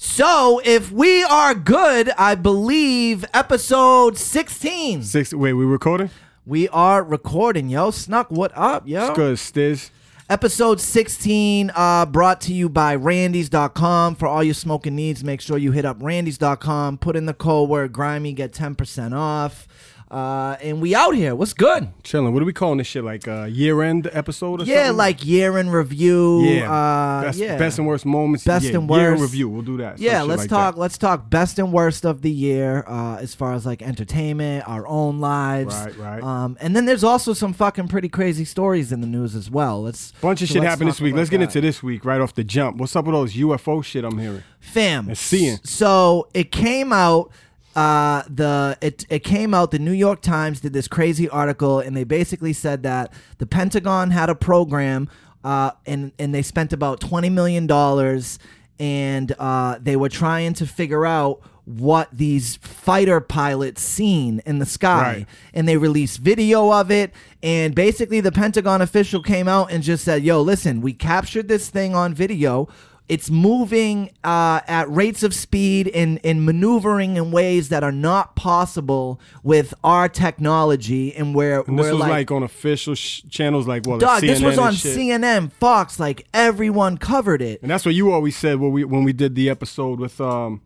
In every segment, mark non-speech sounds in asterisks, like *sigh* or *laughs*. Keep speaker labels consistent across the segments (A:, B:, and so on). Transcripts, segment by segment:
A: So if we are good, I believe episode 16.
B: Six. Wait, we recording?
A: We are recording, yo. Snuck, what up, yo?
B: It's good, Stiz.
A: Episode 16 uh, brought to you by Randy's.com. For all your smoking needs, make sure you hit up Randy's.com. Put in the code word grimy, get 10% off. Uh, and we out here. What's good?
B: Chilling. What are we calling this shit? Like uh, year end episode or
A: yeah,
B: something?
A: like year in review.
B: yeah.
A: Uh,
B: best,
A: yeah.
B: best and worst moments.
A: Best
B: yeah,
A: and
B: Year in
A: worst.
B: review. We'll do that. Some
A: Yeah,
B: shit
A: let's
B: like
A: talk.
B: that.
A: Let's talk best and worst of the year, uh, as far as like entertainment, our own lives,
B: Right, right.
A: Um, and then there's also some fucking pretty crazy stories in the news as well. Let's
B: Bunch of
A: so
B: shit
A: let's
B: happened
A: talk
B: this week.
A: about
B: Let's get
A: that.
B: into this week right off the jump. What's up with those UFO shit I'm hearing?
A: fam.
B: Let's see it.
A: So it came out. Uh, the it it came out. The New York Times did this crazy article, and they basically said that the Pentagon had a program, uh, and and they spent about twenty million dollars, and uh, they were trying to figure out what these fighter pilots seen in the sky
B: Right.
A: and they released video of it. And basically, the Pentagon official came out and just said, "Yo, listen, we captured this thing on video. It's moving uh, at rates of speed and, and maneuvering in ways that are not possible with our technology." And where
B: And this
A: we're
B: was like,
A: like
B: on official sh- channels like well,
A: Dog,
B: CNN
A: this was
B: and
A: on
B: shit.
A: CNN, Fox, like everyone covered it.
B: And that's what you always said when we when we did the episode with um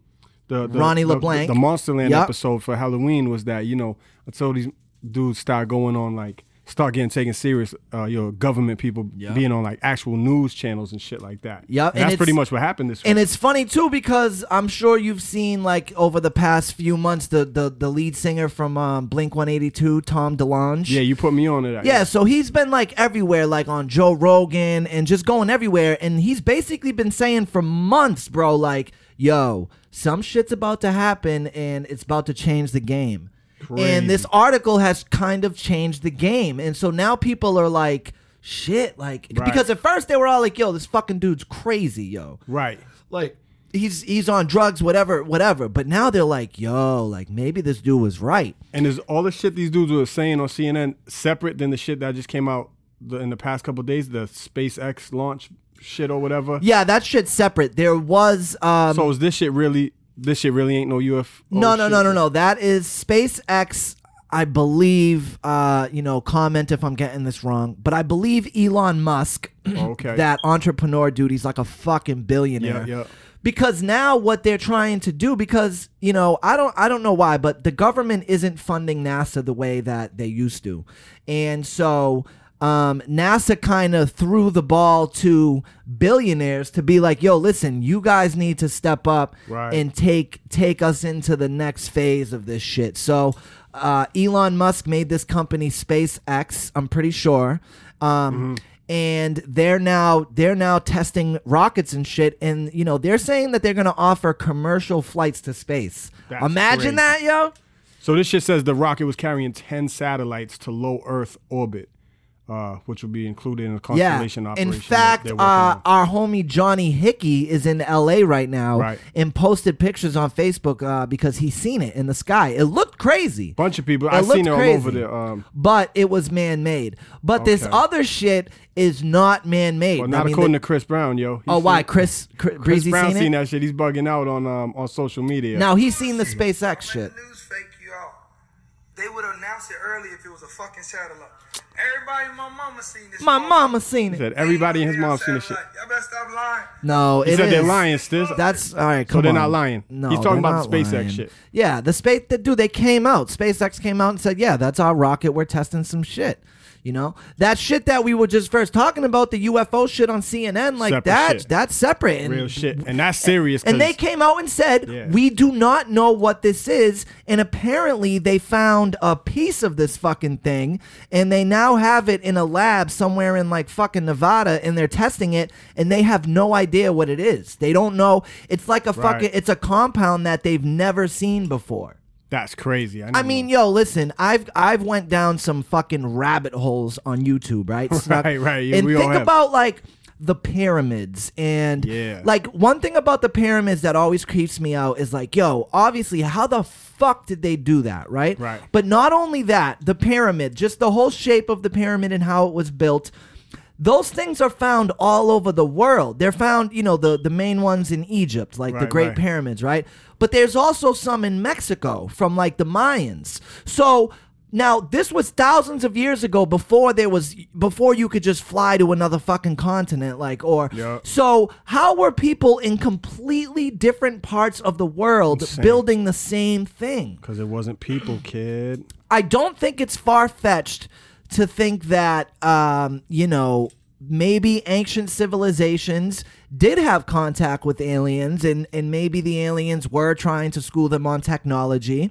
B: the, the
A: Ronnie
B: the-
A: LeBlanc.
B: the, Monsterland
A: Yup.
B: episode for Halloween was that you know until these dudes start going on like start getting taken serious, uh, your government people being on like actual news channels and shit like that.
A: Yup,
B: And
A: and
B: that's pretty
A: it's-
B: much what happened this week.
A: And it's funny too because I'm sure you've seen like over the past few months the the, the lead singer from um, Blink 182, Tom DeLonge.
B: yeah, you put me on to that.
A: Yeah, so he's been like everywhere, like on Joe Rogan and just going everywhere. And he's basically been saying for months, bro, like, yo, some shit's about to happen and it's about to change the game.
B: Crazy.
A: And this article has kind of changed the game. And so now people are like, shit, like,
B: Right.
A: because at first they were all like, yo, this fucking dude's crazy, yo
B: Right.
A: like he's he's on drugs whatever whatever but now they're like yo like maybe this dude was right
B: And is all the shit these dudes were saying on CNN separate than the shit that just came out the, in the past couple days, the SpaceX launch shit or whatever?
A: yeah that shit's separate there was um
B: So is this shit really? This shit really ain't no UFO.
A: no no
B: Oh, shit?
A: no no no that is spacex i believe uh you know comment if i'm getting this wrong but i believe elon musk
B: Oh,
A: *clears throat*
B: Okay.
A: that entrepreneur dude he's like a fucking billionaire
B: Yeah, yeah.
A: because now what they're trying to do because you know i don't i don't know why but the government isn't funding nasa the way that they used to and so um, nasa kind of threw the ball to billionaires to be like yo listen you guys need to step up
B: Right.
A: and take take us into the next phase of this shit so uh, elon musk made this company spacex i'm pretty sure
B: Mm-hmm.
A: um, and they're now they're now testing rockets and shit and you know they're saying that they're going to offer commercial flights to space
B: That's
A: imagine
B: crazy.
A: that yo
B: So this shit says the rocket was carrying ten satellites to low Earth orbit, uh, which will be included in the
A: yeah
B: constellation operation.
A: in
B: that
A: fact
B: they're
A: uh,
B: working on.
A: our homie johnny hickey is in la right now
B: Right.
A: and posted pictures on facebook uh, because he's seen it in the sky it looked crazy
B: bunch of people.
A: It
B: I seen
A: looked
B: it all
A: crazy.
B: over the. Um,
A: but it was man-made but this
B: Okay.
A: other shit is not man-made
B: well, not
A: I mean,
B: according
A: the-
B: to Chris Brown, yo. He
A: oh why
B: seen-
A: chris, chris
B: Chris
A: breezy
B: Brown
A: seen it?
B: seen that shit. He's bugging out on um, on social media.
A: now he's seen the spacex shit
C: Let the news fake you all. They would announce it early if it was a fucking satellite. Everybody, and my mama seen this.
A: my
C: motherfucker.
A: mama seen
B: he
A: it
B: said everybody and his mom seen the shit.
C: Satellite. Y'all better stop lying.
A: No,
B: He
A: it
B: said they're
A: is.
B: lying, Stiz.
A: That's all right. Come
B: they're
A: on.
B: not lying.
A: No,
B: He's talking
A: they're
B: about the
A: not
B: SpaceX
A: lying.
B: shit.
A: Yeah, the space. The, dude, they came out. SpaceX came out and said, "Yeah, that's our rocket. We're testing some shit." You know that shit that we were just first talking about the UFO shit on CNN, like
B: Separate
A: that.
B: shit.
A: That's separate. And,
B: Real shit, and that's serious.
A: And
B: 'cause-
A: they came out and said,
B: Yeah.
A: "We do not know what this is." And apparently, they found a piece of this fucking thing, and they now have it in a lab somewhere in like fucking Nevada, and they're testing it, and they have no idea what it is. They don't know. It's like a
B: Right.
A: fucking. It's a compound that they've never seen before.
B: that's crazy. I,
A: I
B: know.
A: mean, yo, listen, I've I've went down some fucking rabbit holes on YouTube,
B: *laughs*
A: right? Snuck?
B: Right, right, yeah,
A: and
B: we all
A: think
B: have.
A: about like the pyramids and
B: Yeah.
A: like one thing about the pyramids that always creeps me out is like, yo, obviously, how the fuck did they do that, right?
B: Right.
A: But not only that, the pyramid, just the whole shape of the pyramid and how it was built. Those things are found all over the world. They're found, you know, the, the main ones in Egypt, like the
B: Right,
A: Great
B: right.
A: Pyramids, right? But there's also some in Mexico from like the Mayans. So now this was thousands of years ago before there was before you could just fly to another fucking continent, like or
B: Yeah.
A: so how were people in completely different parts of the world building the same thing?
B: Because it wasn't people, kid.
A: I don't think it's far fetched to think that um, you know maybe ancient civilizations did have contact with aliens, and and maybe the aliens were trying to school them on technology.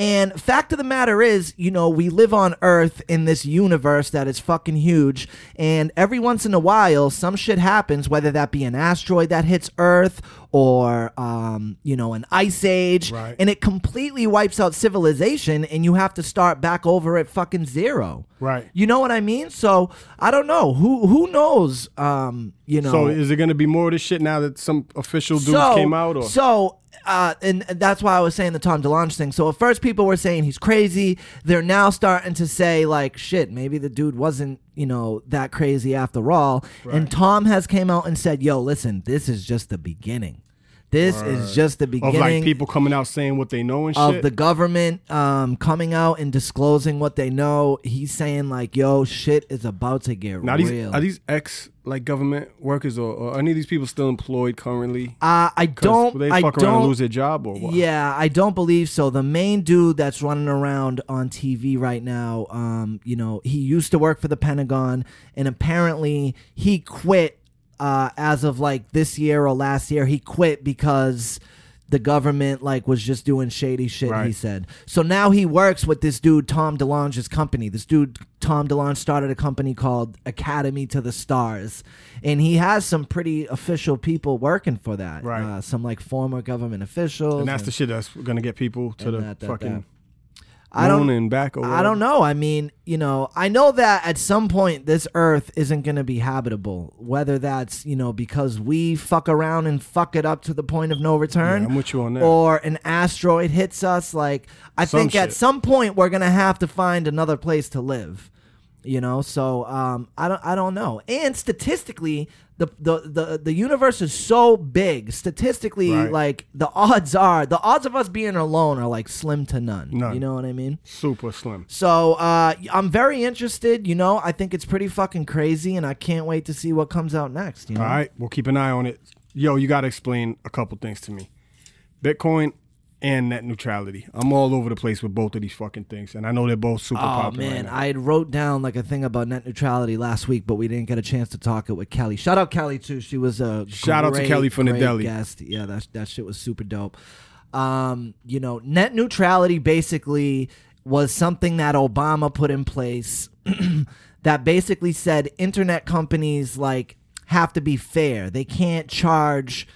A: And fact of the matter is, you know, we live on Earth in this universe that is fucking huge. And every once in a while, some shit happens, whether that be an asteroid that hits Earth or, um, you know, an ice age.
B: Right.
A: And it completely wipes out civilization and you have to start back over at fucking zero.
B: Right.
A: You know what I mean? So I don't know. Who who knows? Um, you know.
B: So is it gonna be more of this shit now that some official dudes
A: So-
B: came out? Or
A: so uh, and that's why I was saying the Tom DeLonge thing. So at first people were saying he's crazy. They're now starting to say like, shit, maybe the dude wasn't you know that crazy after all. And Tom has came out and said, yo, listen, this is just the beginning. This is just the
B: of
A: beginning
B: like people coming out saying what they know and
A: of
B: shit.
A: the government um, coming out and disclosing what they know. He's saying like, "Yo, shit is about to get
B: now these
A: real."
B: are these ex like government workers or, or any of these people still employed currently?
A: uh, I
B: 'Cause
A: don't.
B: they
A: I
B: fuck around
A: don't.
B: and lose their job or what?
A: Yeah, I don't believe so. The main dude that's running around on TV right now, um, you know, he used to work for the Pentagon, and apparently he quit uh, as of like this year or last year. He quit because the government like was just doing shady shit. He
B: Right.
A: said. So now he works with this dude Tom DeLonge's company. This dude Tom DeLonge started a company called Academy to the Stars, and he has some pretty official people working for that.
B: Right.
A: Uh, some like former government officials.
B: And that's the shit that's gonna get people to
A: And
B: the
A: that, that,
B: fucking
A: I
B: moon
A: don't.
B: and back. Or
A: I don't know. I mean, you know, I know that at some point this Earth isn't going to be habitable. Whether that's you know because we fuck around and fuck it up to the point of no return.
B: Yeah, I'm with you on that.
A: Or an asteroid hits us. Like I
B: Some
A: think at
B: shit.
A: some point we're gonna have to find another place to live. You know, so um, I don't I don't know. And statistically, the the the, the universe is so big. Statistically,
B: Right.
A: like the odds are the odds of us being alone are like slim to none.
B: None.
A: You know what I mean?
B: Super slim.
A: So uh, I'm very interested. You know, I think it's pretty fucking crazy, and I can't wait to see what comes out next. You know,
B: All right, we'll keep an eye on it. Yo, you got to explain a couple things to me. Bitcoin and net neutrality. I'm all over the place with both of these fucking things, and I know they're both super
A: Oh
B: popular.
A: man,
B: right now.
A: I had wrote down like a thing about net neutrality last week, but we didn't get a chance to talk it with Kelly. Shout out Kelly too. She was a
B: Shout out to
A: great,
B: Kelly
A: great
B: Funadelli.
A: Guest. Yeah, that that shit was super dope. Um, you know, net neutrality basically was something that Obama put in place *clears throat* that basically said internet companies like have to be fair. They can't charge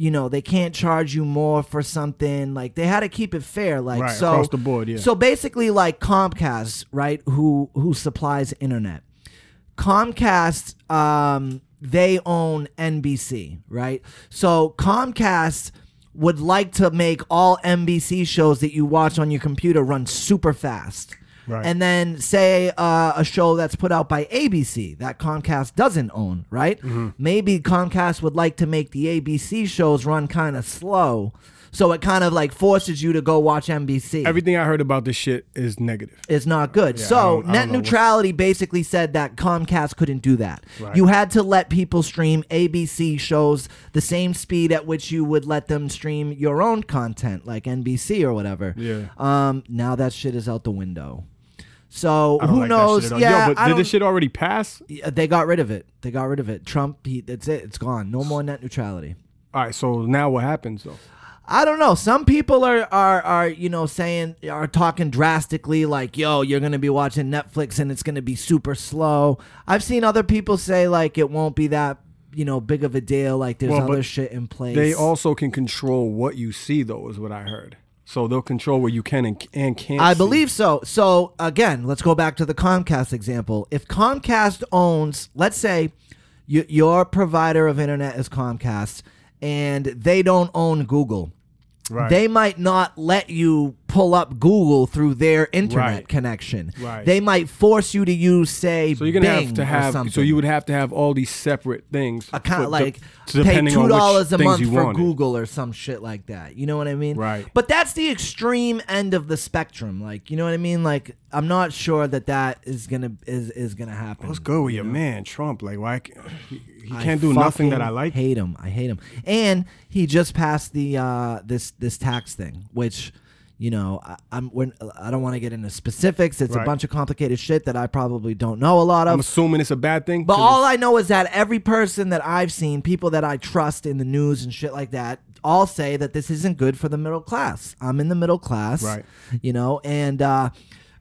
A: you know they can't charge you more for something like they had to keep it fair like
B: Right,
A: so
B: across the board, yeah.
A: so basically like Comcast, right, who who supplies internet. Comcast um they own NBC, right? So Comcast would like to make all NBC shows that you watch on your computer run super fast.
B: Right.
A: And then say uh, a show that's put out by ABC that Comcast doesn't own, right? Maybe Comcast would like to make the ABC shows run kind of slow, so it kind of like forces you to go watch NBC
B: Everything I heard about this shit is negative.
A: is not good.
B: Yeah, I
A: so
B: don't- I
A: net
B: don't know what-
A: neutrality basically said that Comcast couldn't do that.
B: Right.
A: You had to let people stream ABC shows the same speed at which you would let them stream your own content, like NBC or whatever.
B: Yeah.
A: Um. Now that shit is out the window. So
B: I don't
A: who
B: like that
A: knows?
B: shit at all.
A: yeah.
B: Yo, but
A: I
B: did
A: don't,
B: this shit already pass?
A: yeah, they got rid of it. They got rid of it. Trump. He. That's it. It's gone. No more net neutrality.
B: All right, so now what happens though?
A: I don't know. Some people are are are you know saying are talking drastically like, "Yo, you're gonna be watching Netflix and it's gonna be super slow." I've seen other people say like it won't be that you know big of a deal. Like there's
B: Well, but
A: other shit in place.
B: They also can control what you see, though, is what I heard. So they'll control what you can and, and can't.
A: I
B: see.
A: believe so. So again, let's go back to the Comcast example. If Comcast owns, let's say, y- your provider of internet is Comcast, and they don't own Google,
B: Right.
A: they might not let you pull up Google through their internet
B: Right.
A: connection.
B: Right.
A: They might force you to use, say,
B: So you're gonna
A: Bing
B: have to
A: or
B: have. So
A: something.
B: you would have to have all these separate things.
A: account
B: for-
A: like
B: de-
A: pay
B: depending on
A: two
B: which
A: dollars a
B: things
A: month
B: you
A: for
B: wanted.
A: Google or some shit like that. You know what I mean?
B: Right.
A: But that's the extreme end of the spectrum. Like, you know what I mean? Like, I'm not sure that that is gonna is is gonna happen.
B: What's good with your man Trump? Like why? c- He, he
A: I
B: can't do nothing that
A: fucking
B: I like.
A: Hate him. I hate him. And he just passed the uh, this this tax thing, which you know I, I'm. When, I don't want to get into specifics. It's a
B: Right.
A: bunch of complicated shit that I probably don't know a lot of.
B: I'm assuming it's a bad thing.
A: But
B: 'cause
A: all I know is that every person that I've seen, people that I trust in the news and shit like that, all say that this isn't good for the middle class. I'm in the middle class,
B: Right.
A: You know, and uh,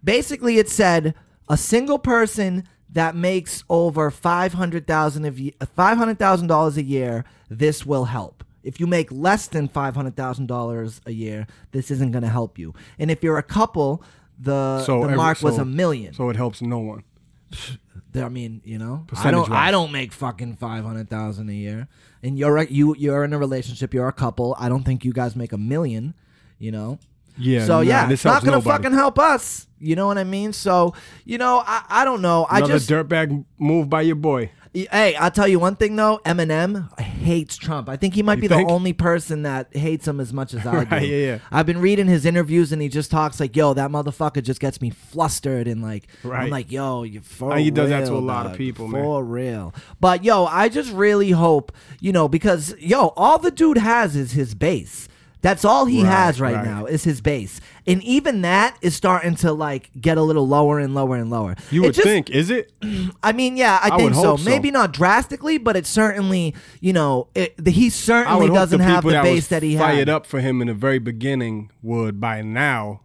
A: basically it said a single person that makes over five hundred thousand of five hundred thousand dollars a year, this will help. If you make less than five hundred thousand dollars a year, this isn't going to help you. And if you're a couple, the,
B: so
A: the
B: every-
A: mark was
B: so-
A: a million.
B: So it helps no one.
A: Th- I mean, you know, I don't.
B: Percentage-wise.
A: I don't make fucking five hundred thousand a year, and you're right. You you're in a relationship. You're a couple. I don't think you guys make a million. You know.
B: Yeah,
A: So
B: nah,
A: yeah,
B: this
A: it's not
B: helps
A: gonna
B: nobody.
A: fucking help us. You know what I mean? So you know, I I don't know. I
B: Another
A: just
B: dirtbag move by your boy.
A: hey, I'll tell you one thing though. Eminem hates Trump. I think he might be
B: think?
A: the only person that hates him as
B: *laughs*
A: much as I do.
B: Right, yeah, yeah.
A: I've been reading his interviews and he just talks like, "Yo, that motherfucker just gets me flustered," and like, I'm
B: Right.
A: like, "Yo, you for
B: And he does that to
A: real,
B: a lot of
A: dog,
B: people, man.
A: for real." But yo, I just really hope you know because yo, all the dude has is his base. That's all he
B: Right,
A: has right,
B: right.
A: now is his base, and even that is starting to like get a little lower and lower and lower.
B: You
A: It
B: would
A: just-
B: think,
A: *clears throat*
B: is it?
A: I mean, yeah, I,
B: I
A: think
B: would
A: so.
B: hope so.
A: Maybe not drastically, but it certainly, you know, it, the, he
B: I
A: certainly
B: would hope
A: doesn't
B: the
A: have
B: people
A: the
B: that
A: base
B: was
A: that he had.
B: fired up for him in the very beginning would by now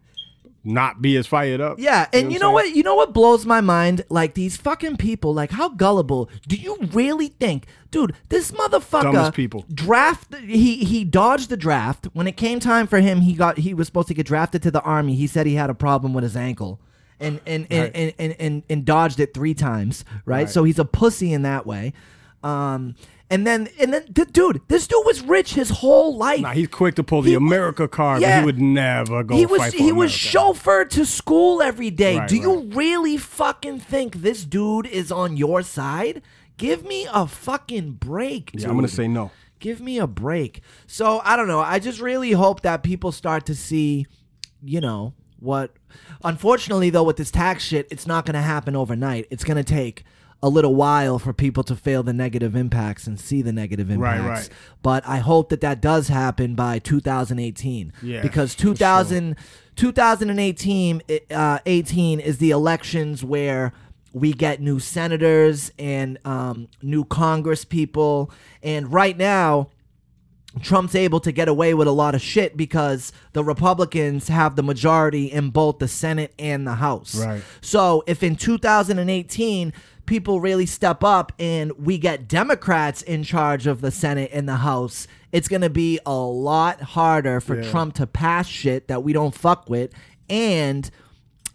B: not be as fired up.
A: Yeah, and you know,
B: I'm
A: what,
B: saying?
A: You know what blows my mind? Like these fucking people. Like how gullible do you really think, dude? This motherfucker.
B: Dumbest people.
A: Draft. He he dodged the draft when it came time for him. He got he was supposed to get drafted to the army. He said he had a problem with his ankle. And and, and,
B: Right.
A: and, and, and and dodged it three times, right? So he's a pussy in that way. Um, and then and then, th- dude, this dude was rich his whole life.
B: Nah, he's quick to pull the
A: He-
B: America card, but
A: Yeah.
B: he would never go.
A: He was
B: fight for
A: he was
B: America.
A: chauffeured to school every day.
B: Right,
A: Do you
B: right.
A: really fucking think this dude is on your side? Give me a fucking break, dude.
B: Yeah, I'm gonna say no.
A: Give me a break. So I don't know. I just really hope that people start to see, you know, what. Unfortunately, though, with this tax shit, it's not going to happen overnight. It's going to take a little while for people to feel the negative impacts and see the negative
B: Right,
A: impacts.
B: right.
A: But I hope that that does happen by 2018.
B: Yeah,
A: Because
B: for sure.
A: 2000, 2018 uh, 18 is the elections where we get new senators and um, new Congress people. And right now, Trump's able to get away with a lot of shit because the Republicans have the majority in both the Senate and the House.
B: Right.
A: So if in 2018 people really step up and we get Democrats in charge of the Senate and the House, it's going to be a lot harder for
B: Yeah.
A: Trump to pass shit that we don't fuck with and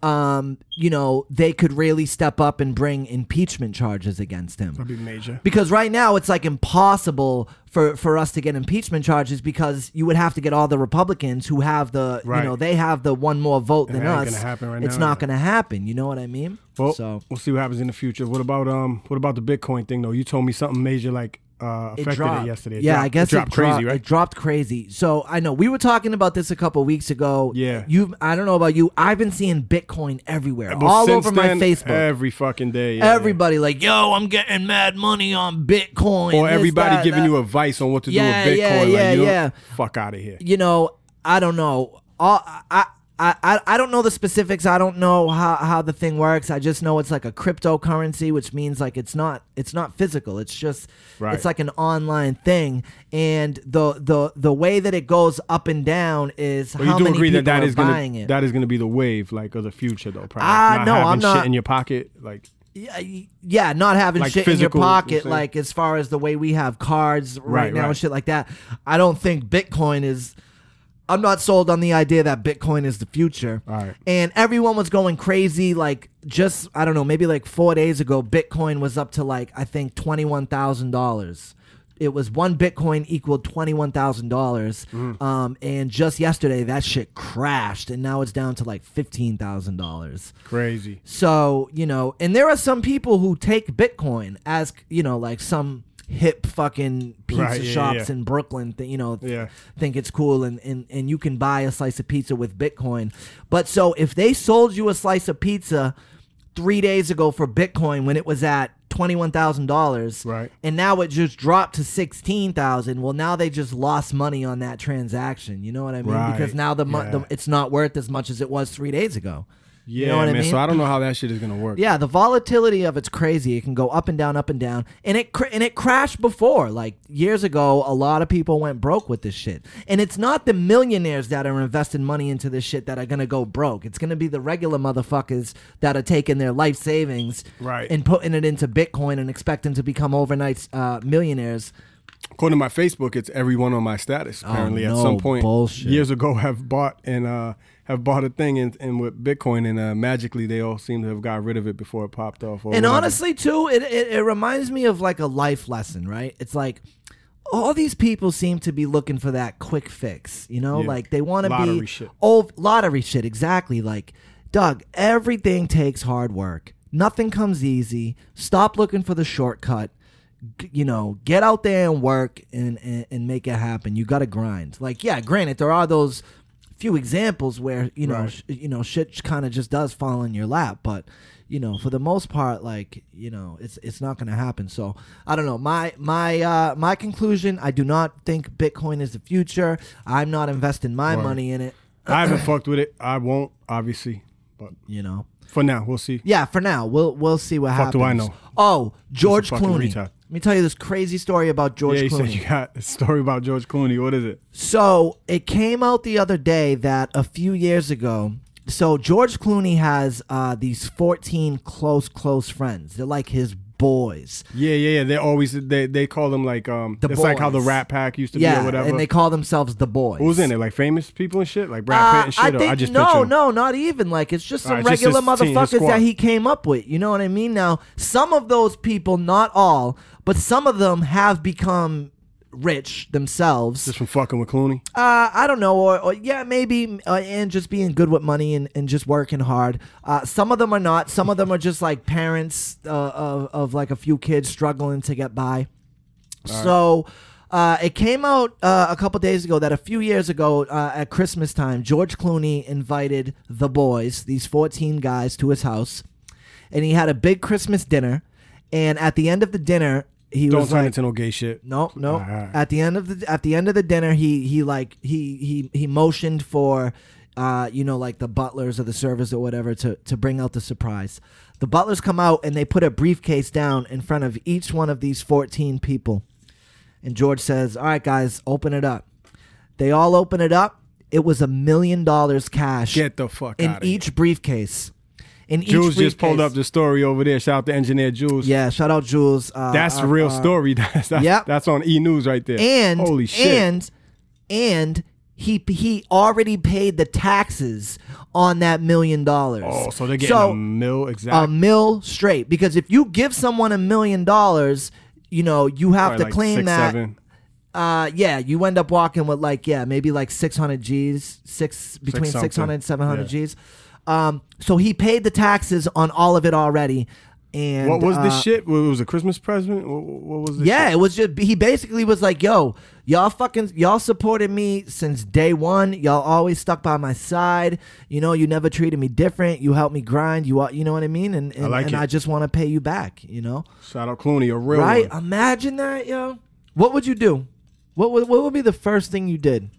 A: um you know they could really step up and bring impeachment charges against him
B: That'd be major.
A: because right now it's like impossible for for us to get impeachment charges because you would have to get all the Republicans who have the
B: Right.
A: you know they have the one more vote than
B: that ain't
A: us.
B: gonna happen right
A: it's
B: now,
A: not
B: yeah.
A: going to happen. You know what I mean?
B: Well,
A: so
B: we'll see what happens in the future. What about um? What about the Bitcoin thing though? You told me something major like uh
A: it
B: affected it,
A: dropped
B: yesterday. It
A: yeah,
B: dropped-
A: I guess
B: it dropped crazy, right?
A: It dropped crazy. So I know we were talking about this a couple weeks ago.
B: Yeah.
A: you. I don't know about you. I've been seeing Bitcoin everywhere,
B: But
A: all
B: since
A: over my
B: then,
A: Facebook.
B: every fucking day. yeah, yeah.
A: Everybody like, yo, I'm getting mad money on Bitcoin.
B: Or
A: this,
B: everybody
A: that,
B: giving
A: that.
B: you advice on what to
A: Yeah,
B: do with
A: yeah,
B: Bitcoin. like,
A: yeah,
B: you know,
A: yeah.
B: Fuck out of here.
A: you know, I don't know. All I. I, I, I don't know the specifics. I don't know how, how the thing works. I just know it's like a cryptocurrency, which means like it's not it's not physical. It's just
B: Right.
A: it's like an online thing. And the the the way that it goes up and down is
B: But
A: how
B: you do
A: many
B: agree
A: people
B: that that
A: are
B: is
A: buying
B: gonna
A: it.
B: that is gonna be the wave like of the future though. Probably.
A: Ah,
B: not
A: no,
B: having
A: I'm not-
B: Shit in your pocket, like
A: yeah, yeah, not having
B: Like
A: shit
B: physical,
A: in your
B: you know what I'm
A: pocket,
B: saying?
A: like as far as the way we have cards right,
B: Right,
A: now and
B: right.
A: shit like that. I don't think Bitcoin is. I'm not sold on the idea that Bitcoin is the future.
B: Right.
A: And everyone was going crazy. Like just I don't know, maybe like four days ago, Bitcoin was up to like I think twenty one thousand dollars. it was one Bitcoin equaled twenty one thousand
B: Mm.
A: dollars. Um, And just yesterday, that shit crashed, and now it's down to like fifteen thousand dollars.
B: Crazy.
A: So, you know, and there are some people who take Bitcoin as, you know, like some hip fucking pizza
B: Right, yeah,
A: shops
B: yeah.
A: in Brooklyn, th- you know, th-
B: Yeah.
A: think it's cool and, and, and you can buy a slice of pizza with Bitcoin. But so if they sold you a slice of pizza three days ago for Bitcoin when it was at $21,000
B: Right.
A: and now it just dropped to 16,000, well, now they just lost money on that transaction. You know what I mean? Because
B: Right,
A: now the, mo-
B: yeah.
A: the it's not worth as much as it was three days ago.
B: Yeah,
A: you know what
B: man.
A: I mean?
B: So I don't know how that shit is gonna work.
A: Yeah, the volatility of it's crazy. It can go up and down, up and down, and it cr- and it crashed before. Like years ago, a lot of people went broke with this shit. And it's not the millionaires that are investing money into this shit that are gonna go broke. It's gonna be the regular motherfuckers that are taking their life savings
B: Right.
A: and putting it into Bitcoin and expecting to become overnight uh, millionaires.
B: According to my Facebook, it's everyone on my status. Apparently,
A: Oh, no,
B: at some point
A: bullshit.
B: years ago, have bought and uh, have bought a thing and, and with Bitcoin, and uh, magically they all seem to have got rid of it before it popped off. or
A: And
B: whatever.
A: honestly, too, it, it, it reminds me of like a life lesson, right? It's like all these people seem to be looking for that quick fix, you know?
B: Yeah.
A: Like they want to be
B: Lottery shit.
A: Oh, lottery shit, exactly. Like, Doug, everything takes hard work. Nothing comes easy. Stop looking for the shortcut. G- you know, get out there and work and, and, and make it happen. You got to grind. Like, yeah, granted, there are those few examples where you know
B: Right.
A: sh- you know shit kind of just does fall in your lap but you know for the most part like you know it's it's not going to happen so i don't know my my uh my conclusion i do not think bitcoin is the future i'm not investing my
B: Right.
A: money in it
B: I haven't fucked with it. I won't, obviously, but
A: you know.
B: for now, we'll see.
A: Yeah, for now we'll we'll see what
B: Fuck
A: happens.
B: do I know?
A: Oh, George
B: fucking
A: Clooney.
B: retard.
A: Let me tell you this crazy story about George
B: yeah, you
A: Clooney.
B: said you got a story about George Clooney. What is it?
A: So it came out the other day that a few years ago. So George Clooney has uh, these fourteen close close friends. They're like his boys.
B: Yeah, yeah, yeah. They always they they call them like um.
A: The
B: it's like how the
A: boys.
B: Rat Pack used to be
A: Yeah,
B: or whatever.
A: and they call themselves the boys.
B: Who's in it? Like famous people and shit, like Brad Pitt and shit.
A: Uh, I
B: or
A: think
B: I just
A: no,
B: picture 'em?
A: no, not even like it's just some
B: Alright, just
A: regular
B: his team, his
A: motherfuckers
B: squad.
A: that he came up with. You know what I mean? Now, some of those people, not all, but some of them have become rich themselves.
B: Just from fucking with Clooney.
A: Uh, I don't know, or, or yeah, maybe, uh, and just being good with money and, and just working hard. Uh, some of them are not. Some of them are just like parents uh, of of like a few kids struggling to get by. So uh, it came out uh, a couple days ago that a few years ago uh, at Christmas time, George Clooney invited the boys, these 14 guys, to his house. And he had a big Christmas dinner. And at the end of the dinner, he
B: Don't
A: was
B: turn
A: like,
B: into no gay shit.
A: no, no.
B: All right.
A: At the end of the at the end of the dinner, he he like he he he motioned for, uh, you know, like the butlers or the servers or whatever to to bring out the surprise. The butlers come out and they put a briefcase down in front of each one of these fourteen people, and George says, "All right, guys, open it up." They all open it up. It was a million dollars cash
B: Get the fuck
A: in
B: out of here.
A: each briefcase. In
B: Jules
A: each
B: just pulled up
A: briefcase.
B: the story over there. Shout out to engineer Jules.
A: yeah, shout out Jules. Uh,
B: That's
A: our-
B: the real
A: our-
B: story. *laughs* That's that's,
A: yep.
B: that's on E News right there.
A: and
B: holy shit,
A: and and he he already paid the taxes on that million dollars.
B: oh, so they're getting a mill exactly.
A: a mil straight because if you give someone a million dollars, you know you have
B: Probably
A: to
B: like
A: claim
B: six,
A: that.
B: seven.
A: Uh, yeah, you end up walking with like yeah maybe like six hundred G's, six between
B: something.
A: six hundred and seven hundred
B: Yeah.
A: G's. Um, so he paid the taxes on all of it already. And
B: What was
A: uh,
B: this shit? What, it was a Christmas present? What, what was this?
A: Yeah,
B: shit?
A: it was just he basically was like, "Yo, y'all fucking y'all supported me since day one. Y'all always stuck by my side. You know, you never treated me different. You helped me grind. You all, you know what I mean? And and
B: like
A: and
B: it.
A: I just want to pay you back. You know,
B: Shout out Clooney, a real
A: right?
B: one.
A: Imagine that, yo. What would you do? What would what would be the first thing you did?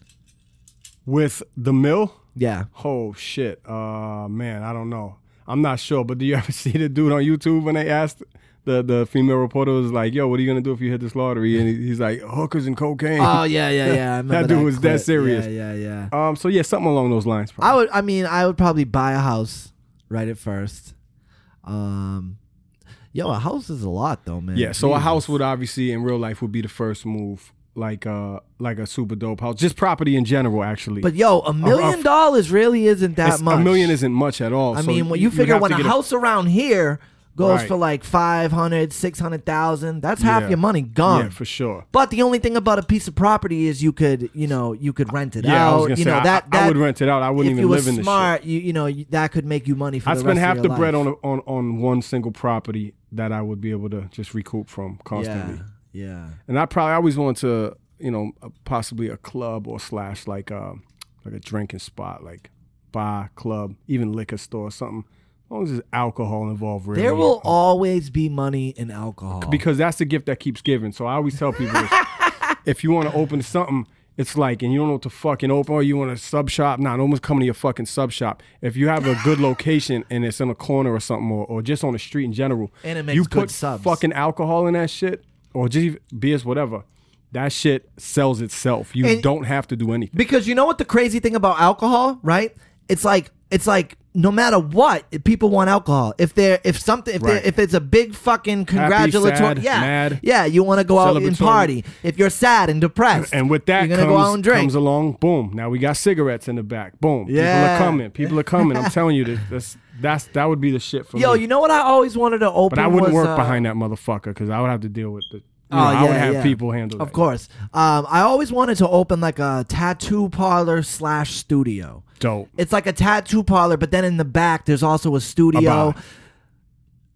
B: with the mill.
A: Yeah.
B: Oh shit, uh man, I don't know. I'm not sure, but do you *laughs* ever see the dude on YouTube when they asked the the female reporter was like, "Yo, what are you gonna do if you hit this lottery?" And he- he's like, "Hookers and cocaine."
A: *laughs* Oh yeah, yeah, yeah. I remember
B: That dude was dead
A: clip.
B: serious.
A: Yeah, yeah, yeah.
B: um, so yeah, something along those lines. Probably.
A: I would. I mean, I would probably buy a house right at first. Um, yo, a house is a lot though, man.
B: Yeah, so a
A: Jesus.
B: house would obviously in real life would be the first move, like uh like a super dope house, just property in general actually.
A: But yo, a million dollars really isn't that
B: It's-
A: much.
B: a million isn't much at all.
A: I
B: so
A: mean, when
B: y-
A: you
B: you'd
A: figure
B: have
A: when
B: to
A: a
B: get
A: house around here goes
B: Right.
A: for like 500, 600,000. That's half
B: Yeah.
A: your money gone.
B: Yeah, for sure.
A: But the only thing about a piece of property is you could, you know, you could rent it
B: Yeah,
A: out.
B: I was gonna
A: you
B: say
A: know
B: I-
A: that,
B: I- I
A: that-
B: would rent it out. I
A: if
B: wouldn't even
A: you were
B: live in this shit.
A: smart, You, you know you, that could make you money for
B: I
A: the
B: spend
A: rest
B: half
A: of
B: the
A: your
B: bread
A: life.
B: on a- on on one single property that I would be able to just recoup from constantly.
A: Yeah, yeah.
B: And I probably always wanted to, you know, a- possibly a club or slash like a like a drinking spot, like bar, club, even liquor store, or something. As long as there's alcohol involved, really.
A: There will always be money in alcohol.
B: because that's the gift that keeps giving. So I always tell people,
A: *laughs*
B: this, if you want to open something, it's like, and you don't know what to fucking open, or you want a sub shop. Nah, no one's coming to your fucking sub shop. If you have a
A: *laughs*
B: good location and it's in a corner or something, or, or just on the street in general,
A: And it makes
B: you
A: good
B: put
A: subs.
B: fucking alcohol in that shit, or just even beers, whatever. That shit sells itself. You
A: And-
B: don't have to do anything.
A: Because you know what the crazy thing about alcohol, right? It's like it's like no matter what, people want alcohol. If they're if something if they're
B: Right.
A: if it's a big fucking congratulatory,
B: sad,
A: yeah,
B: mad,
A: yeah, you want to go out and
B: celebratory.
A: party. If you're sad and depressed,
B: And with that
A: you're gonna go out and
B: comes,
A: drink.
B: comes along, boom. Now we got cigarettes in the back, boom.
A: Yeah.
B: People are coming. People are coming.
A: *laughs*
B: I'm telling you, that- that's that's that would be the shit for
A: Yo,
B: me.
A: you know what I always wanted to open,
B: But I
A: was,
B: wouldn't work
A: uh,
B: behind that motherfucker because I would have to deal with the.
A: Oh,
B: You know, I would
A: yeah,
B: have
A: yeah.
B: people handle
A: Of
B: that.
A: course. Um, I always wanted to open like a tattoo parlor slash studio.
B: Dope.
A: It's like a tattoo parlor, but then in the back there's also a studio.
B: bar.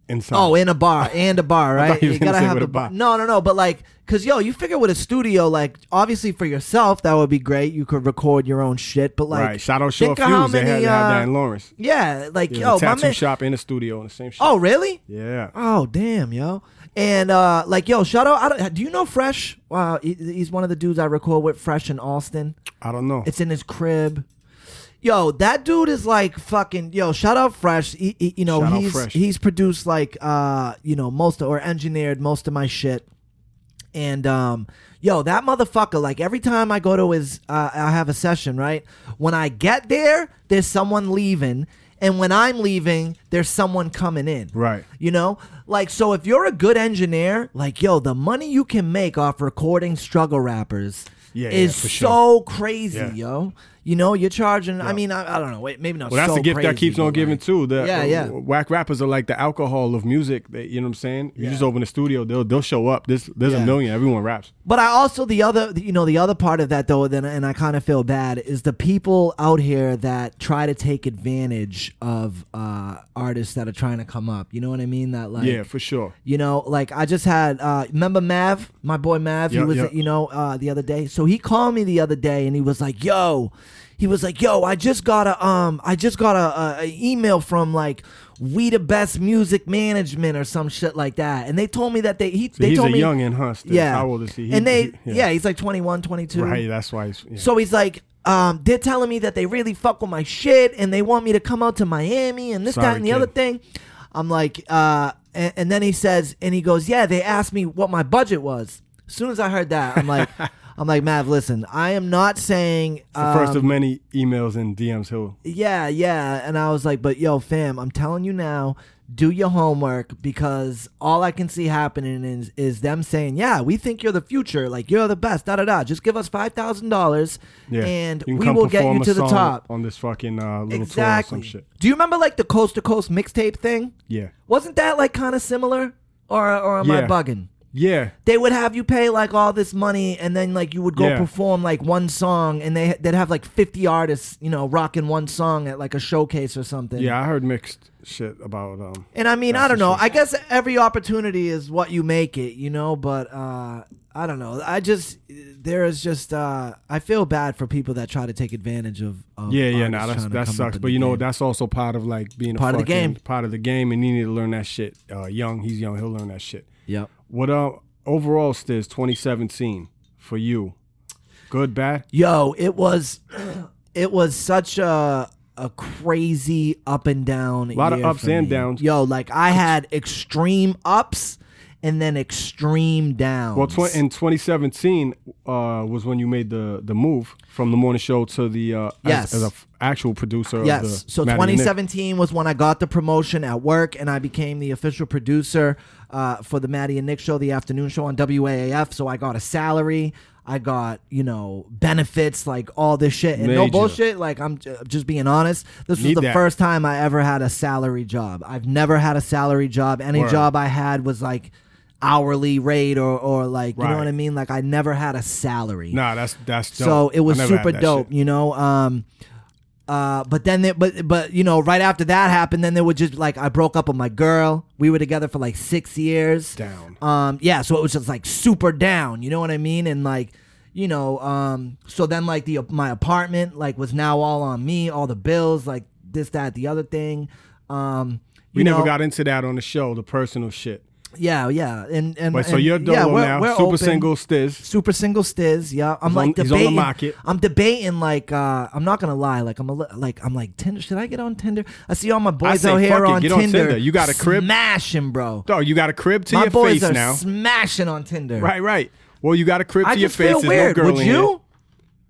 B: Inside.
A: Oh, in a bar and a
B: *laughs*
A: bar, right?
B: thought you were gonna say with a
A: the
B: bar.
A: No, no, no. But like, cause yo, you figure with a studio, like obviously for yourself that would be great. You could record your own shit, but like,
B: right. Shout out Short
A: think of how
B: Fuse. They had,
A: many,
B: they had that
A: uh,
B: in Lawrence.
A: yeah, like
B: There's
A: yo,
B: a
A: my
B: tattoo
A: man.
B: shop and a studio in the same shop.
A: Oh, really?
B: yeah.
A: Oh, damn, yo. And uh, like, yo, shout out. I don't, do you know Fresh? Wow, he, he's one of the dudes I record with, Fresh in Austin.
B: I don't know.
A: It's in his crib. Yo, that dude is like fucking. Yo, shout out Fresh. He- he- you know,
B: Shout out
A: he's
B: Fresh.
A: he's produced like uh, you know, most of, or engineered most of my shit. And um, yo, that motherfucker. Like every time I go to his, uh, I have a session. Right when I get there, there's someone leaving, and when I'm leaving, there's someone coming in.
B: Right.
A: You know, like so if you're a good engineer, like yo, the money you can make off recording struggle rappers
B: Yeah, yeah,
A: is so
B: for sure.
A: crazy,
B: Yeah.
A: yo. You know, you're charging. I mean, I, I don't know. Wait, maybe not.
B: Well, that's
A: so
B: the gift that
A: crazy,
B: keeps on
A: but,
B: giving
A: like-
B: too. The,
A: Yeah,
B: uh,
A: yeah.
B: Whack rappers are like the alcohol of music. They, you know what I'm saying? You just open the studio, they'll they'll show up. There's there's
A: Yeah.
B: a million. Everyone raps.
A: But I also the other, you know, the other part of that though, then, and I kind of feel bad is the people out here that try to take advantage of uh, artists that are trying to come up. You know what I mean? That like,
B: yeah, for sure.
A: You know, like I just had uh remember Mav, my boy Mav,
B: Yeah,
A: he was
B: yeah.
A: you know, uh the other day. So he called me the other day and he was like, "Yo." He was like, "Yo, I just got a um I just got a, a, a email from like We the Best Music Management or some shit like that." And they told me that they he
B: So
A: they
B: he's
A: told
B: a
A: me
B: youngin, huh? Still.
A: Yeah.
B: How old is he? He-
A: and they
B: he-
A: yeah. he's like 21, 22.
B: Right. That's why. He's, yeah.
A: So he's like, um, they're telling me that they really fuck with my shit and they want me to come out to Miami and this, that,
B: Sorry,
A: and the
B: kid.
A: other thing. I'm like, uh, and, and then he says, and he goes, yeah, they asked me what my budget was. As soon as I heard that, I'm
B: *laughs*
A: like, I'm like, Mav, listen, I am not saying.
B: the first
A: um,
B: of many emails and DMs he'll
A: yeah, yeah. And I was like, but yo, fam, I'm telling you now, do your homework because all I can see happening is is them saying, yeah, we think you're the future, like you're the best, da da da. Just give us five thousand dollars,
B: Yeah.
A: and
B: You can
A: we
B: come
A: will get
B: perform
A: you
B: a
A: to the
B: song
A: top.
B: on this fucking uh, little tour or some
A: Exactly.
B: shit.
A: Do you remember like the coast to coast mixtape thing?
B: Yeah,
A: Wasn't that like kind of similar, or or am I
B: Yeah.
A: bugging?
B: yeah,
A: They would have you pay like all this money, and then like you would go
B: Yeah.
A: perform like one song, and they they'd have like fifty artists, you know, rocking one song at like a showcase or something.
B: yeah. I heard mixed shit about um.
A: And I mean,
B: That's
A: I don't
B: for
A: know.
B: sure.
A: I guess every opportunity is what you make it, you know, but uh I don't know. I just there is just uh I feel bad for people that try to take advantage of, of
B: Yeah, yeah,
A: artists
B: nah, that's,
A: trying to
B: that
A: come up
B: sucks.
A: in
B: But
A: the
B: you know,
A: game.
B: that's also part of like being a
A: Part of the
B: fucking-
A: game.
B: part of the game, and you need to learn that shit. Uh, young, he's young, he'll learn that shit.
A: Yep.
B: What uh, overall, Stiz, 2017 for you, good, bad?
A: Yo, it was it was such a a crazy up and down. A
B: Lot of ups and downs.
A: Yo, like I had extreme ups and then extreme downs.
B: Well, tw- in 2017 uh, was when you made the the move from the morning show to the uh, as-
A: Yes.
B: as, a f- actual producer. Of
A: Yes.
B: the
A: So
B: Maddie and Nick.
A: 2017 was when I got the promotion at work, and I became the official producer uh, for the Maddie and Nick show, the afternoon show on WAAF. So I got a salary. I got you know benefits like all this shit and no
B: Major.
A: bullshit. Like I'm j- just being honest. This was
B: Need
A: the
B: that.
A: first time I ever had a salary job. I've never had a salary job. Any
B: Word.
A: job I had was like hourly rate or or like you know
B: Right.
A: what I mean. Like I never had a salary.
B: Nah, that's that's dope.
A: So it was
B: I never had
A: super
B: that
A: dope,
B: shit.
A: you know. Um, uh, but then, it, but but you know, right after that happened, then they were just like, I broke up with my girl. We were together for like six years.
B: Down.
A: Um, yeah. So it was just like super down. You know what I mean? And like, you know, um, so then like the my apartment like was now all on me, all the bills, like this, that, the other thing. Um,
B: We
A: you
B: never
A: know,
B: got into that on the show, the personal shit.
A: Yeah, yeah. And and
B: But so
A: and-
B: you're
A: yeah,
B: double
A: we're-
B: now,
A: we're
B: super
A: open.
B: single, stiz.
A: Super single stiz, yeah. I'm
B: He's
A: like
B: on- he's on the
A: debating.
B: market.
A: I'm debating like uh I'm not gonna lie, like I'm a li- like I'm like Tinder. Should I get on Tinder? I see all my boys
B: say,
A: out here
B: fuck it,
A: on,
B: get on
A: Tinder.
B: Tinder. You got a crib?
A: smashing, bro.
B: Dog, you got a crib to
A: my
B: your
A: boys
B: face
A: are
B: now.
A: smashing on Tinder.
B: right, right. Well, you got a crib
A: I
B: to your
A: just
B: face.
A: feel
B: There's
A: weird.
B: no girl
A: Would
B: in
A: you?
B: here.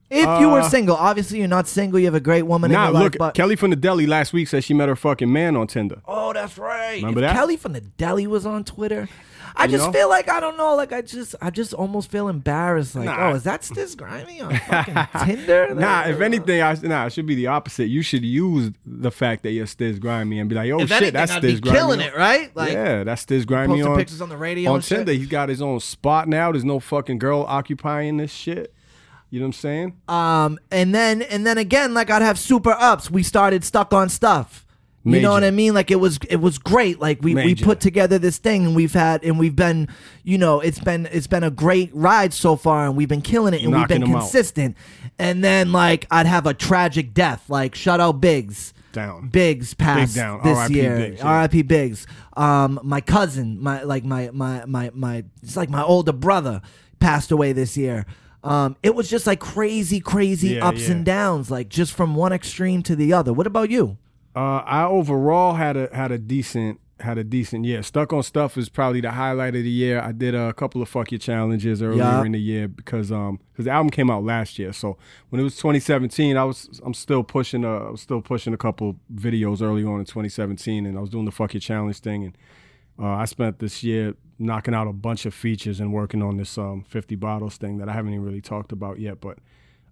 A: If you were
B: Uh,
A: single, obviously you're not single. You have a great woman
B: Nah,
A: in your
B: look,
A: life, but
B: Kelly from the deli last week said she met her fucking man on Tinder.
A: Oh, that's right.
B: Remember
A: If
B: that?
A: Kelly from the deli was on Twitter. I
B: You
A: just
B: know?
A: feel like I don't know. Like I just, I just almost feel embarrassed. Like,
B: Nah.
A: oh, is that Stiz Grimy on
B: *laughs*
A: fucking Tinder?
B: Nah, if anything, I nah, it should be the opposite. You should use the fact that you're Stiz Grimy and be like, oh
A: if
B: shit,
A: anything,
B: that's
A: I'd
B: Stiz
A: be
B: Grimy.
A: killing it, right? Like,
B: yeah, that's Stiz Grimy
A: posting
B: on
A: pictures on the radio
B: on
A: and shit.
B: Tinder. He's got his own spot now. There's no fucking girl occupying this shit. You know what I'm saying?
A: um, and then, and then again, like I'd have super ups. We started stuck on stuff. You
B: Major.
A: know what I mean? Like it was, it was great. Like we, we
B: Major.
A: put together this thing, and we've had, and we've been, you know, it's been, it's been a great ride so far, and we've been killing it, and
B: Knocking
A: we've been
B: them out.
A: consistent. And then like I'd have a tragic death, like shout out Biggs.
B: Down.
A: Biggs passed
B: down.
A: this
B: R.I.P.
A: year.
B: Biggs, yeah.
A: R.I.P. Biggs. Um, my cousin, my like my my my my, it's like my older brother passed away this year. Um, it was just like crazy, crazy
B: Yeah,
A: ups
B: yeah.
A: and downs, like just from one extreme to the other. What about you?
B: Uh, I overall had a had a decent had a decent year. Stuck on stuff is probably the highlight of the year. I did a couple of fuck your challenges earlier
A: Yeah.
B: in the year because um because the album came out last year. So when it was 2017, I was I'm still pushing uh I was still pushing a couple videos early on in 2017, and I was doing the fuck your challenge thing, and uh, I spent this year knocking out a bunch of features and working on this um 50 bottles thing that I haven't even really talked about yet, but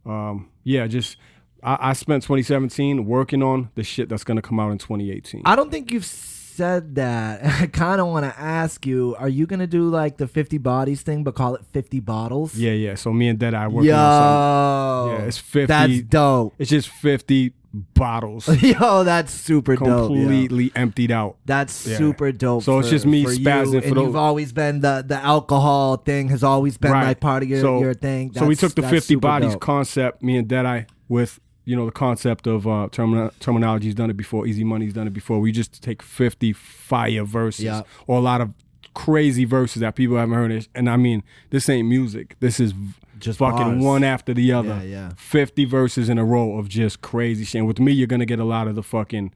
B: um, yeah, just I, I spent 2017 working on the shit that's gonna come out in 2018.
A: I don't think you've said that. *laughs* I kind of want to ask you: Are you gonna do like the fifty bodies thing, but call it fifty bottles?
B: yeah, yeah. So me and Dead Eye working
A: Yo,
B: on something. Yeah, it's 50.
A: That's dope. *laughs*
B: It's just 50 bottles
A: Yo, that's super dope. yeah.
B: completely emptied out.
A: That's
B: Yeah.
A: super dope.
B: So it's
A: for-
B: just me
A: for you,
B: spazzing for
A: and
B: those-
A: You've always been the the alcohol thing has always been like part of your,
B: so,
A: your thing.
B: so we
A: That's-
B: took the
A: that's
B: 50
A: super
B: bodies
A: dope.
B: concept, me and Deadeye, with you know the concept of uh, termino- terminology's done it before, easy money's done it before. We just take 50 fire verses
A: Yep.
B: or a lot of crazy verses that people haven't heard. It. And I mean, this ain't music. This is v-
A: Just
B: fucking
A: bars.
B: one after the other.
A: Yeah, yeah.
B: 50 verses in a row of just crazy shit. And with me, you're gonna get a lot of the fucking.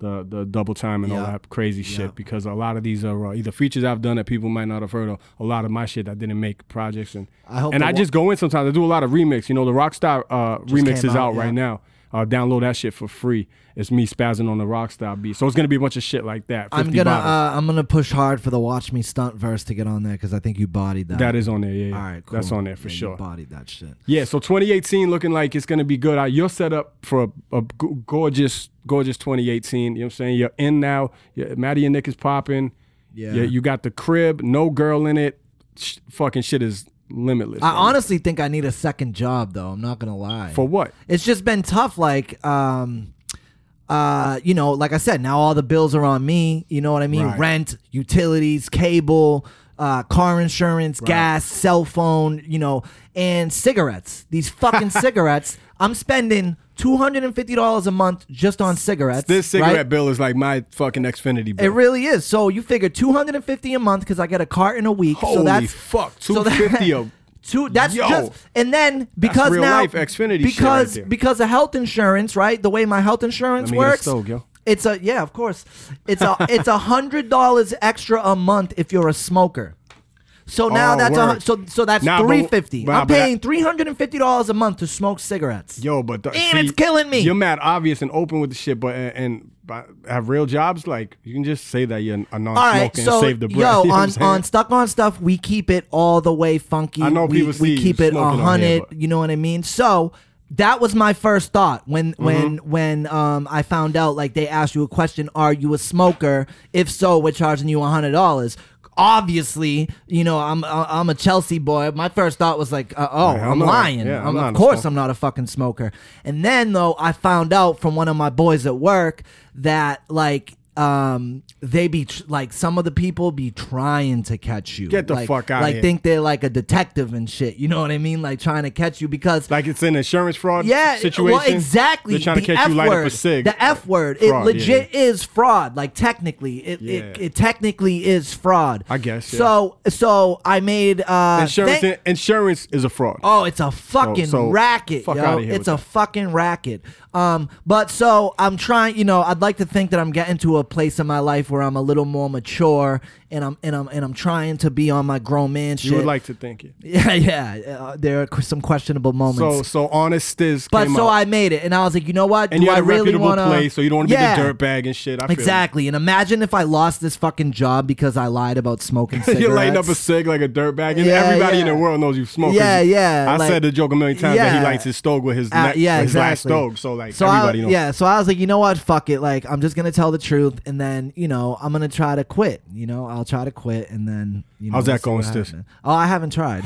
B: The, the double time and all
A: Yep.
B: that crazy shit because a lot of these are uh, either features I've done that people might not have heard of. A lot of my shit that didn't make projects and
A: I hope
B: and
A: the
B: I
A: wa-
B: just go in sometimes. I do a lot of remix. You know, the Rockstar uh, remix
A: came
B: is
A: out,
B: out,
A: yeah.
B: right now. Uh, download that shit for free. It's me spazzing on the Rockstar beat. So it's gonna be a bunch of shit like that.
A: I'm
B: 50
A: gonna
B: bottles.
A: uh, I'm gonna push hard for the watch me stunt verse to get on there because I think you bodied that.
B: that is on there. Yeah, yeah.
A: all right. Cool.
B: that's on there for
A: Yeah, you
B: sure.
A: bodied that shit.
B: Yeah, so 2018 looking like it's gonna be good. Uh, You're set up for a, a g- gorgeous, gorgeous 2018. You know what I'm saying? You're in now. Yeah, Maddie and Nick is popping.
A: Yeah.
B: You- you got the crib, no girl in it. Sh- fucking shit is limitless.
A: I
B: right now.
A: honestly think I need a second job though. I'm not gonna lie.
B: for what?
A: it's just been tough like um uh you know like i said now all the bills are on me you know what i mean
B: Right.
A: rent utilities cable uh car insurance gas cell phone you know and cigarettes these
B: *laughs*
A: fucking cigarettes i'm spending $250 a month just on cigarettes
B: This
A: right?
B: cigarette bill is like my fucking Xfinity bill.
A: It really is. So you figure two hundred and fifty a month because I get a carton a week. so
B: Holy
A: that's
B: fuck,
A: so that-
B: 250 a-
A: *laughs* Two. That's
B: Yo.
A: just and then because
B: real
A: now
B: life Xfinity shit
A: because
B: right there.
A: because of health insurance, right? The way my health insurance
B: Let me get a
A: works.
B: stove, yo.
A: It's a yeah, of course. It's
B: *laughs*
A: a it's a hundred dollars extra a month if you're a smoker. So now
B: Oh,
A: that's a,
B: word.
A: so so that's
B: Nah, but-
A: three fifty.
B: nah,
A: I'm
B: but I-
A: paying three hundred and fifty dollars a month to smoke cigarettes.
B: Yo, but the,
A: And it's killing me.
B: You're mad obvious and open with the shit, but and, and bu- have real jobs, like you can just say that you're a non-smoker
A: All right, so
B: and save the breath. *laughs*
A: yo,
B: you know what I'm
A: on
B: saying?
A: on stuck on stuff, we keep it all the way funky.
B: I know
A: we,
B: people
A: we
B: see
A: keep
B: you
A: it
B: smoking on here,
A: hundred.
B: but-
A: You know what I mean? So that was my first thought when
B: Mm-hmm.
A: when when um I found out like they asked you a question: Are you a smoker? If so, we're charging you hundred dollars. Obviously, you know I'm I- I'm a Chelsea boy. My first thought was like, uh, oh,
B: I'm
A: I'm,
B: not a-
A: lying.
B: yeah, I'm
A: I'm-
B: not
A: of
B: a
A: course,
B: smoker.
A: I'm not a fucking smoker. And then though, I found out from one of my boys at work that like um they be tr- like some of the people be trying to catch you.
B: Get the
A: like,
B: fuck outta
A: Like
B: here.
A: think they're like a detective and shit. You know what I mean? Like trying to catch you because
B: like it's an insurance fraud
A: yeah,
B: situation.
A: Well, exactly.
B: They're trying
A: The
B: to catch
A: F
B: you light up
A: word.
B: a cig.
A: The F word.
B: Fraud,
A: it legit is fraud. Like technically, it, it
B: Yeah.
A: it technically is fraud.
B: I guess, yeah.
A: So so I made uh
B: insurance,
A: thank-
B: insurance is a fraud.
A: Oh, it's a fucking
B: so,
A: racket,
B: fuck
A: yo.
B: outta here
A: It's
B: with
A: a fucking racket. Um, but so I'm trying, you know, I'd like to think that I'm getting to a place in my life where I'm a little more mature and I'm and I'm and I'm trying to be on my grown man shit.
B: you would like to think it.
A: *laughs* yeah, yeah. Uh, there are qu- some questionable moments.
B: So so honest is.
A: but
B: came
A: so
B: out.
A: I made it, and I was like, you know what?
B: and
A: Do
B: you're
A: I
B: at a
A: really
B: reputable
A: want to
B: place, so you don't want to
A: yeah.
B: be the dirtbag and shit. I feel you.
A: Exactly. And imagine if I lost this fucking job because I lied about smoking
B: *laughs*
A: cigarettes.
B: *laughs* You're lighting up a cig like a dirtbag, and
A: Yeah,
B: everybody in
A: yeah.
B: the world knows you smoke. 'cause
A: Yeah,
B: you-
A: yeah,
B: I
A: like-
B: said the joke a million times that
A: Yeah.
B: he lights his stove with his,
A: Uh,
B: ne-
A: yeah,
B: with his last
A: exactly.
B: stove. So like
A: So
B: everybody
A: I,
B: knows.
A: yeah, so I was like, you know what, fuck it, like I'm just gonna tell the truth, and then you know I'm gonna try to quit. You know, I'll try to quit, and then you know.
B: How's that
A: we'll see
B: going,
A: what
B: Stiff?
A: happens. Oh, I haven't tried.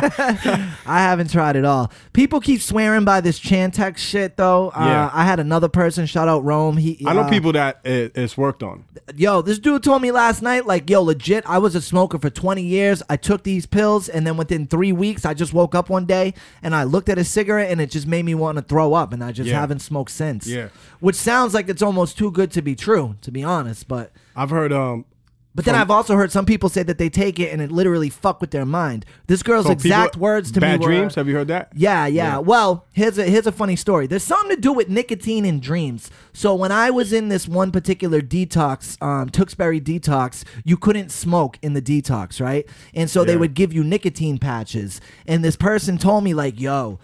A: *laughs* I haven't tried at all. People keep swearing by this Chantix shit, though.
B: Yeah.
A: Uh, I had another person shout out Rome. He,
B: I know
A: uh,
B: people that it, it's worked on.
A: Yo, this dude told me last night, like, yo, legit, I was a smoker for 20 years. I took these pills, and then within three weeks, I just woke up one day and I looked at a cigarette, and it just made me want to throw up, and I just
B: Yeah.
A: haven't smoked since.
B: Yeah.
A: Which sounds like it's almost too good to be true, to be honest. But
B: I've heard um.
A: but then I've also heard some people say that they take it and it literally fuck with their mind. This girl's
B: so
A: exact
B: people,
A: words to
B: bad
A: me were,
B: dreams. Have you heard that?
A: yeah, yeah. Well, here's a here's a funny story. There's something to do with nicotine and dreams. So when I was in this one particular detox, um, Tewksbury detox, you couldn't smoke in the detox, right? And so they
B: Yeah.
A: would give you nicotine patches. And this person told me like, "Yo."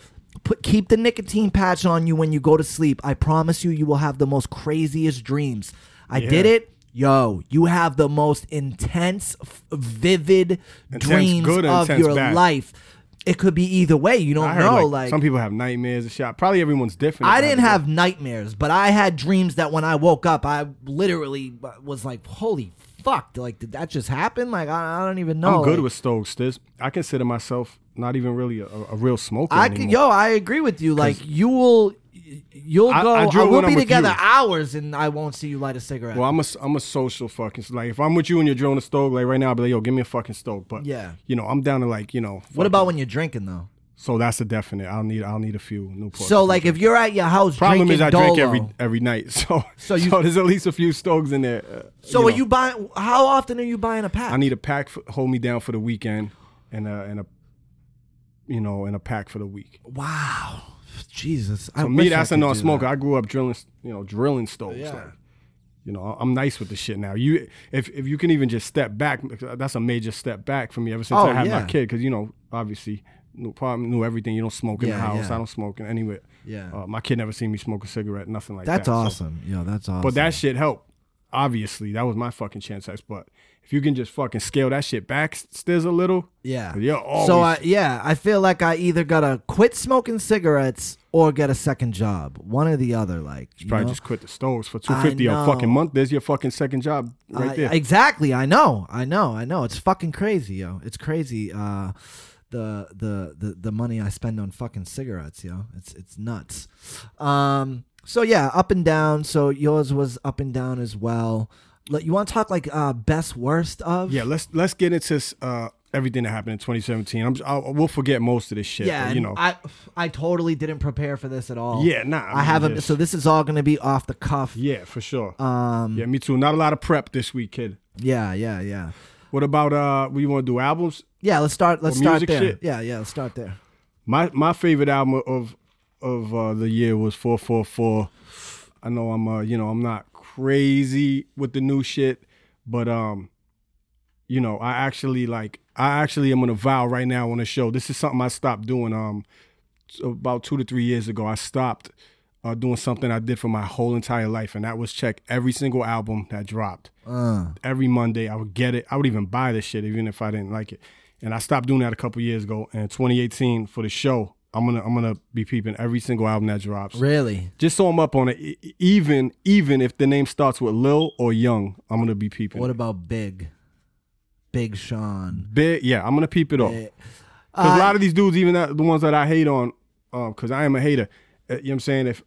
A: Put, keep the nicotine patch on you when you go to sleep. I promise you, you will have the most craziest dreams. I did
B: Yeah.
A: it. Yo, you have the most intense, f- vivid
B: Intense
A: dreams
B: good or
A: of
B: intense
A: your
B: bad?
A: life. It could be either way. You don't
B: I heard
A: know.
B: like,
A: like
B: some people have nightmares and shit. Probably everyone's different.
A: I
B: about
A: didn't
B: it.
A: have nightmares, but I had dreams that when I woke up, I literally was like, "Holy fuck! Like, did that just happen? Like, I, I don't even know."
B: I'm good
A: Like,
B: with stoves. This I consider myself not even really a, a real smoker
A: I
B: anymore.
A: could, yo, I agree with you. Like, you will, you'll
B: I-
A: go.
B: I
A: I,
B: drew it
A: we'll
B: when I'm
A: be
B: with
A: together
B: you.
A: hours, and I won't see you light a cigarette.
B: Well, I'm a I'm a social fucking like if I'm with you and you're drilling a stove like right now, I'll be like, yo, give me a fucking stove. But
A: Yeah.
B: you know, I'm down to like you know.
A: what
B: fuck-
A: about when you're drinking though?
B: So that's a definite. I'll need I'll need a few Newports.
A: So, like, if you're at your house
B: problem
A: drinking
B: is I
A: Dolo,
B: drink every every night, *laughs* so
A: So
B: so,
A: you-
B: there's at least a few stoves in there. uh,
A: so are
B: know.
A: you buying? How often are you buying a pack?
B: I need a pack for, hold me down for the weekend, and a and a you know and a pack for the week.
A: wow, Jesus. I
B: For me,
A: wish I
B: that's a
A: could do
B: non-smoker.
A: that.
B: I grew up drilling, you know, drilling stoves.
A: Yeah.
B: Like, you know, I- I'm nice with the shit now. You, if if you can even just step back, that's a major step back for me. Ever since
A: Oh,
B: I had
A: yeah.
B: my kid, because you know, obviously, new problem, knew everything. You don't smoke in
A: Yeah,
B: the house.
A: yeah.
B: I don't smoke in anywhere.
A: Yeah.
B: uh, my kid never seen me smoke a cigarette, nothing like
A: That's
B: that. So-
A: awesome. Yo, that's awesome.
B: but that shit helped. Obviously, that was my fucking chance. That's but if you can just fucking scale that shit back s- still a little,
A: Yeah.
B: you're always
A: So I yeah, I feel like I either gotta quit smoking cigarettes or get a second job. One or the other, like you
B: probably
A: know?
B: just quit the stoves for two fifty a
A: know.
B: fucking month. There's your fucking second job right
A: I-
B: there.
A: Exactly. I know. I know. I know. It's fucking crazy, yo. It's crazy. Uh, the the the the money I spend on fucking cigarettes, yo. It's it's nuts. Um. So yeah, up and down. So yours was up and down as well. Like, You want to talk like uh best worst of?
B: Yeah, let's let's get into uh, everything that happened in 2017. I'm I, we'll forget most of this shit.
A: Yeah,
B: but, you
A: and
B: know.
A: I I totally didn't prepare for this at all.
B: Yeah, nah, I
A: I,
B: mean,
A: haven't.
B: just-
A: So this is all gonna be off the cuff. Yeah,
B: yeah, for sure. Um, yeah, me too. Not a lot of prep this week, kid.
A: yeah, yeah, yeah.
B: What about uh? We want to do albums.
A: let's start. Let's
B: Or
A: start
B: music
A: there.
B: shit.
A: Yeah, yeah. Let's start there.
B: My my favorite album of of uh, the year was 444. I know I'm uh you know I'm not crazy with the new shit, but um, you know I actually like I actually am gonna vow right now on the show. This is something I stopped doing um about two to three years ago. I stopped uh, doing something I did for my whole entire life, and that was check every single album that dropped.
A: Uh,
B: Every Monday, I would get it. I would even buy the shit, even if I didn't like it. And I stopped doing that a couple years ago. And 2018 for the show, I'm gonna I'm gonna be peeping every single album that drops.
A: Really?
B: Just so I'm up on it. E- e- Even even if the name starts with Lil or Young, I'm gonna be peeping.
A: What about Big? Big Sean. Eh,
B: Big, yeah, I'm gonna peep it off. Because a lot of these dudes, even that, the ones that I hate on, because I am a hater. uh, You know what I'm saying? If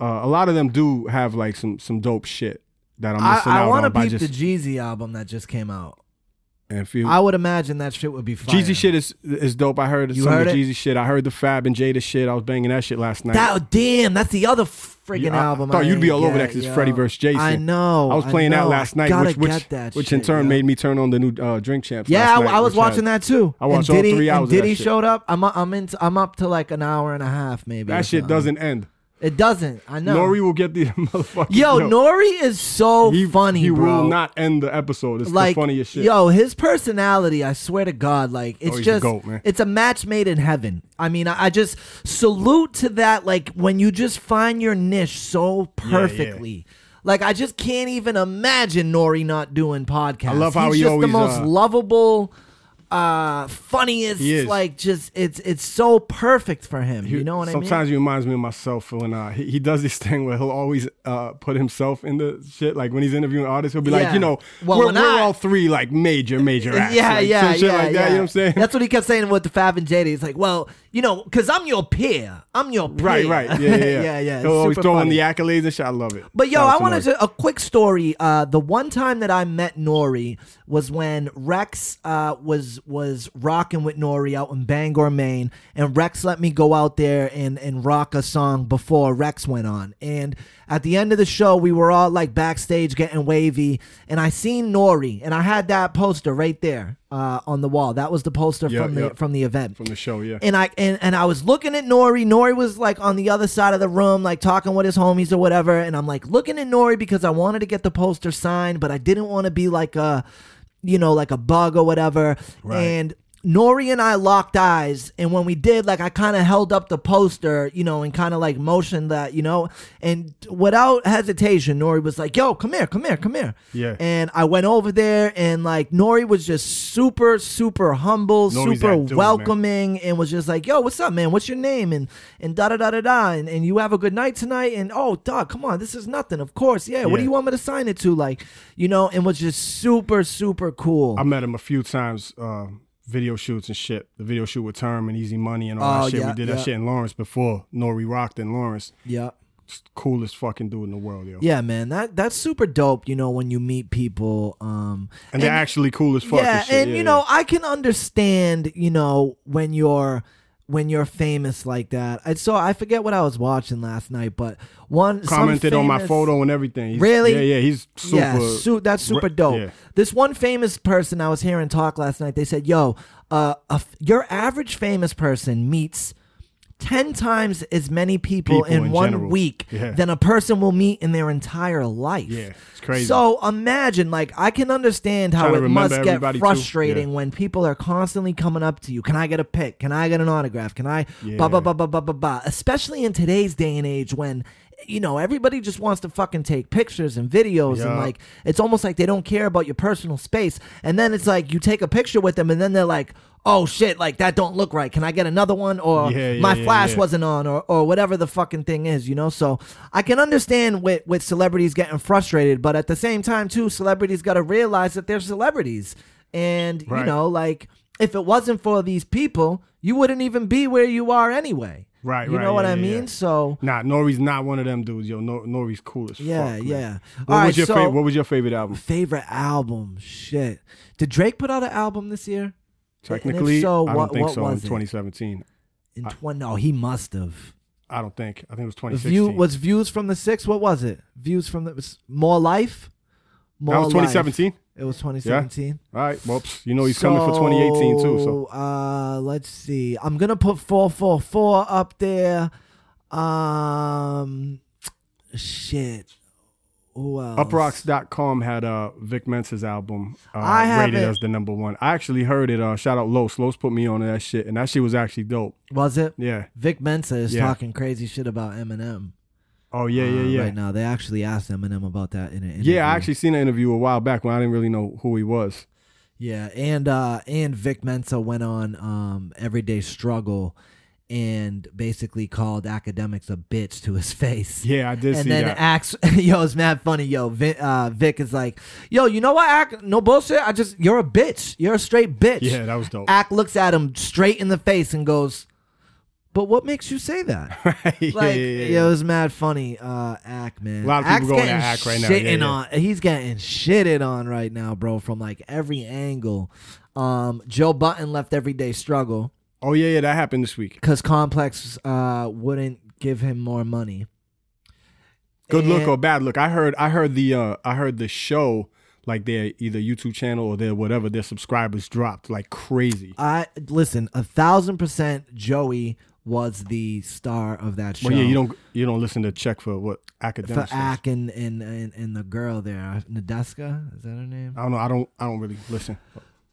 B: uh, a lot of them do have like some some dope shit that I'm
A: I,
B: missing
A: I
B: out
A: want to
B: on by
A: peep
B: just
A: the Jeezy album that just came out.
B: and feel.
A: I would imagine that shit would be fire.
B: Jeezy shit is is dope. I heard
A: You
B: some
A: heard
B: of
A: it?
B: Jeezy shit. I heard the Fab and Jada shit. I was banging that shit last night.
A: That damn, that's the other freaking
B: Yeah, I- I
A: album.
B: thought you'd be
A: ain't
B: all over that
A: get,
B: 'cause it's
A: yo.
B: Freddie versus Jason.
A: I know.
B: I was playing
A: know.
B: that last night,
A: Gotta
B: which which,
A: get that
B: which
A: shit,
B: in turn
A: yo.
B: made me turn on the new uh, Drink Champs.
A: Yeah,
B: last
A: I,
B: night,
A: I was
B: which
A: watching that too.
B: I watched
A: and
B: all
A: Diddy,
B: three hours
A: And
B: of that
A: Diddy
B: shit.
A: showed up. I'm I'm into, I'm up to like an hour and a half maybe. or
B: That shit
A: something.
B: doesn't end.
A: It doesn't. I know.
B: Nori will get the *laughs* motherfucker.
A: yo, Nori is so
B: he,
A: funny,
B: He
A: bro.
B: will not end the episode. It's
A: like
B: the funniest shit.
A: Yo,
B: Oh,
A: his personality, I swear to God, like it's
B: he's the
A: just
B: goat, man.
A: it's a match made in heaven. I mean, I, I just salute to that. Like when you just find your niche so perfectly. Like I just can't even imagine Nori not doing podcasts. I
B: love how
A: he's
B: he
A: just
B: always,
A: the most
B: uh,
A: lovable, uh, funniest.
B: He is.
A: Like just it's it's so perfect for him. you know what I mean?
B: Sometimes he reminds me of myself when uh, he, he does this *laughs* thing where he'll always uh, put himself in the shit. Like when he's interviewing artists, he'll be
A: Yeah.
B: like, you know,
A: Well,
B: we're,
A: when
B: we're
A: I-
B: all three like major, major acts.
A: Yeah,
B: like,
A: yeah,
B: some shit
A: yeah,
B: like that.
A: yeah.
B: You know what I'm saying?
A: That's what he kept saying with the Fab and JD. It's like, well, you know, because I'm your peer. I'm your peer.
B: *laughs* right,
A: *laughs*
B: right. Yeah, yeah, yeah.
A: yeah, yeah. It's
B: He'll always
A: super
B: throw in
A: funny.
B: the accolades and shit. I love it.
A: But yo,
B: Shout out
A: I
B: to
A: wanted
B: Nori.
A: to a quick story. Uh, the one time that I met Nori was when Rex uh, was was rocking with Nori out in Bangor, Maine, and Rex let me go out there and and rock a song before Rex went on. And at the end of the show, we were all like backstage getting wavy, and I seen Nori, and I had that poster right there uh, on the wall. That was the poster
B: Yeah,
A: from the
B: yeah.
A: from the event
B: from the show. Yeah,
A: and I and, and I was looking at Nori. Nori was like on the other side of the room, like talking with his homies or whatever. And I'm like looking at Nori because I wanted to get the poster signed, but I didn't want to be like a, you know, like a bug or whatever.
B: Right.
A: And Nori and I locked eyes, and when we did, like I kind of held up the poster, you know, and kind of like motioned that, you know, and without hesitation, Nori was like, "Yo, come here, come here, come here."
B: Yeah.
A: And I went over there, and like Nori was just super, super humble,
B: Nori's
A: super
B: that dude,
A: welcoming
B: man.
A: welcoming and was just like, "Yo, what's up, man? What's your name?" and and da da da da da, and, and you have a good night tonight. And oh, dog, come on, this is nothing. Of course, yeah. What do
B: Yeah.
A: you want me to sign it to? Like, you know, and was just super super cool.
B: I met him a few times. Uh, video shoots and shit. The video shoot with Term and Easy Money and all
A: Oh,
B: that shit.
A: yeah,
B: we did
A: yeah.
B: that shit in Lawrence before Nori rocked in Lawrence.
A: yeah,
B: Coolest fucking dude in the world, yo.
A: yeah, man. That that's super dope. You know, when you meet people, um,
B: And they're actually cool as fuck.
A: yeah,
B: shit.
A: and you know, I can understand, you know, when you're when you're famous like that. I saw I forget what I was watching last night, but one some
B: commented on my
A: famous-
B: photo and everything. He's-
A: Really?
B: Yeah, yeah. He's super.
A: yeah, su- that's super
B: re-
A: dope.
B: yeah.
A: This one famous person I was hearing talk last night, they said, "Yo, uh, a f- your average famous person meets." 10 times as many people,
B: People
A: in,
B: in
A: one
B: general.
A: week
B: Yeah.
A: than a person will meet in their entire life.
B: Yeah, it's crazy.
A: So imagine, like, I can understand how
B: Trying to
A: it
B: remember
A: must get
B: everybody, too.
A: frustrating
B: Yeah.
A: when people are constantly coming up to you. Can I get a pic? Can I get an autograph? Can I? Blah, blah,
B: Yeah.
A: blah, blah, blah, blah, blah. Especially in today's day and age when, you know, everybody just wants to fucking take pictures and videos and,
B: Yeah.
A: like, it's almost like they don't care about your personal space. And then it's like you take a picture with them and then they're like, oh shit, like that don't look right. Can I get another one? Or
B: Yeah, yeah,
A: my
B: yeah,
A: flash
B: yeah.
A: wasn't on or, or whatever the fucking thing is, you know? So I can understand with, with celebrities getting frustrated, but at the same time, too, celebrities got to realize that they're celebrities. And, you
B: Right.
A: know, like if it wasn't for these people, you wouldn't even be where you are anyway.
B: Right,
A: You
B: right,
A: know what
B: yeah,
A: I
B: yeah,
A: mean?
B: yeah.
A: So.
B: Nah, Nori's not one of them dudes, yo. Nor- Nori's cool as
A: Yeah,
B: fuck. man.
A: yeah. All
B: What was
A: right,
B: your
A: so-
B: favorite? What was your favorite album?
A: favorite album. Shit. Did Drake put out an album this year? *laughs* if
B: Technically,
A: so,
B: I don't
A: what-
B: think
A: what
B: so.
A: was
B: in
A: it?
B: 2017,
A: In twen- no, he must have.
B: I don't think. I think it was
A: View
B: 2016.
A: was views from the six. What was it? Views from the was more life. More
B: that was
A: Life.
B: 2017.
A: It was 2017.
B: All right. Well, pss, you know Oh, he's coming for 2018 too. So
A: uh, let's see. I'm gonna put four four four up there. Um, shit. Who else?
B: uprocks.com had uh Vic Mensa's album uh,
A: I have
B: rated
A: it.
B: as the number one. I actually heard it. Uh, shout out Los. Los put me on to that shit, and that shit was actually dope.
A: Was it?
B: Yeah.
A: Vic Mensa is
B: Yeah.
A: talking crazy shit about Eminem.
B: Oh yeah, yeah,
A: uh,
B: yeah.
A: Right now, they actually asked Eminem about that in an interview.
B: Yeah, I actually seen an interview a while back when I didn't really know who he was.
A: Yeah, and uh, and Vic Mensa went on um, Everyday Struggle and basically called academics a bitch to his *laughs* face.
B: Yeah, I did
A: and
B: see
A: then
B: that.
A: acts, *laughs* yo, it's mad funny, yo. Vic, uh, Vic is like, yo, you know what? Act, no bullshit. I just, you're a bitch. You're a straight bitch.
B: Yeah, that was dope.
A: Act looks at him straight in the face and goes, but what makes you say that?
B: *laughs* yeah,
A: Like,
B: yeah, yeah,
A: yo, it was mad funny. Uh, Ack, man.
B: A lot of people
A: Ack's
B: going at
A: getting
B: Ack right now. Yeah,
A: Shitting
B: yeah.
A: on. He's getting shitted on right now, bro, from like every angle. Um, Joe Button left Everyday Struggle
B: Oh yeah, yeah, that happened this week.
A: because Complex uh wouldn't give him more money.
B: Good look oh,
A: And-
B: or bad look. I heard I heard the uh I heard the show like their either YouTube channel or their whatever their subscribers dropped like crazy.
A: I listen a thousand percent. Joey was the star of that show.
B: Well, yeah, you don't you don't listen to check for what
A: for
B: academic stuff.
A: Ack and and, and and the girl there, Nadeska, is that her name?
B: I don't know. I don't I don't really listen.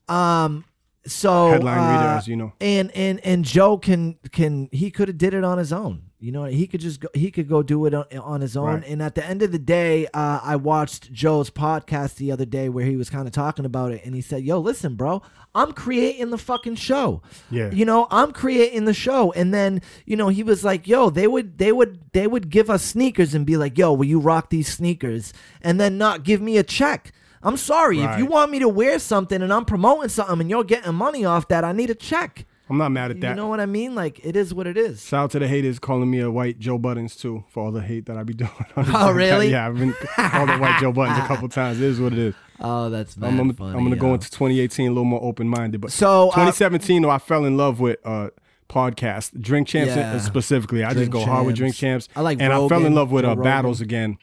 A: Um, so
B: Headline reader,
A: uh,
B: as you know.
A: and and and Joe can can he could have did it on his own. You know, he could just go, he could go do it on, on his own.
B: Right.
A: And at the end of the day, uh, I watched Joe's podcast the other day where he was kind of talking about it, and he said, "Yo, listen, bro, I'm creating the fucking show.
B: Yeah.
A: you know, I'm creating the show." And then you know he was like, "Yo, they would they would they would give us sneakers and be like, "Yo, will you rock these sneakers?" And then not give me a check. I'm sorry if you
B: Right.
A: want me to wear something and I'm promoting something and you're getting money off that. I need a check.
B: I'm not mad at that.
A: You know what I mean? Like it is what it is.
B: Shout out to the haters calling me a white Joe Buttons too for all the hate that I be *laughs* doing. on this
A: Oh, really?
B: Yeah, I've been called a white Joe Buttons a
A: *laughs*
B: couple times. It is what it is.
A: Oh, that's mad
B: I'm, I'm,
A: funny.
B: I'm gonna
A: yo.
B: go into 2018 a little more open minded, but
A: So, uh,
B: 2017 though I fell in love with uh podcast Drink Champs
A: Yeah.
B: uh, specifically. I
A: Drink
B: just go hard with
A: Champs.
B: Drink Champs.
A: I like
B: and I fell
A: Rogan,
B: in love with
A: Joe
B: uh,
A: Rogan.
B: battles again,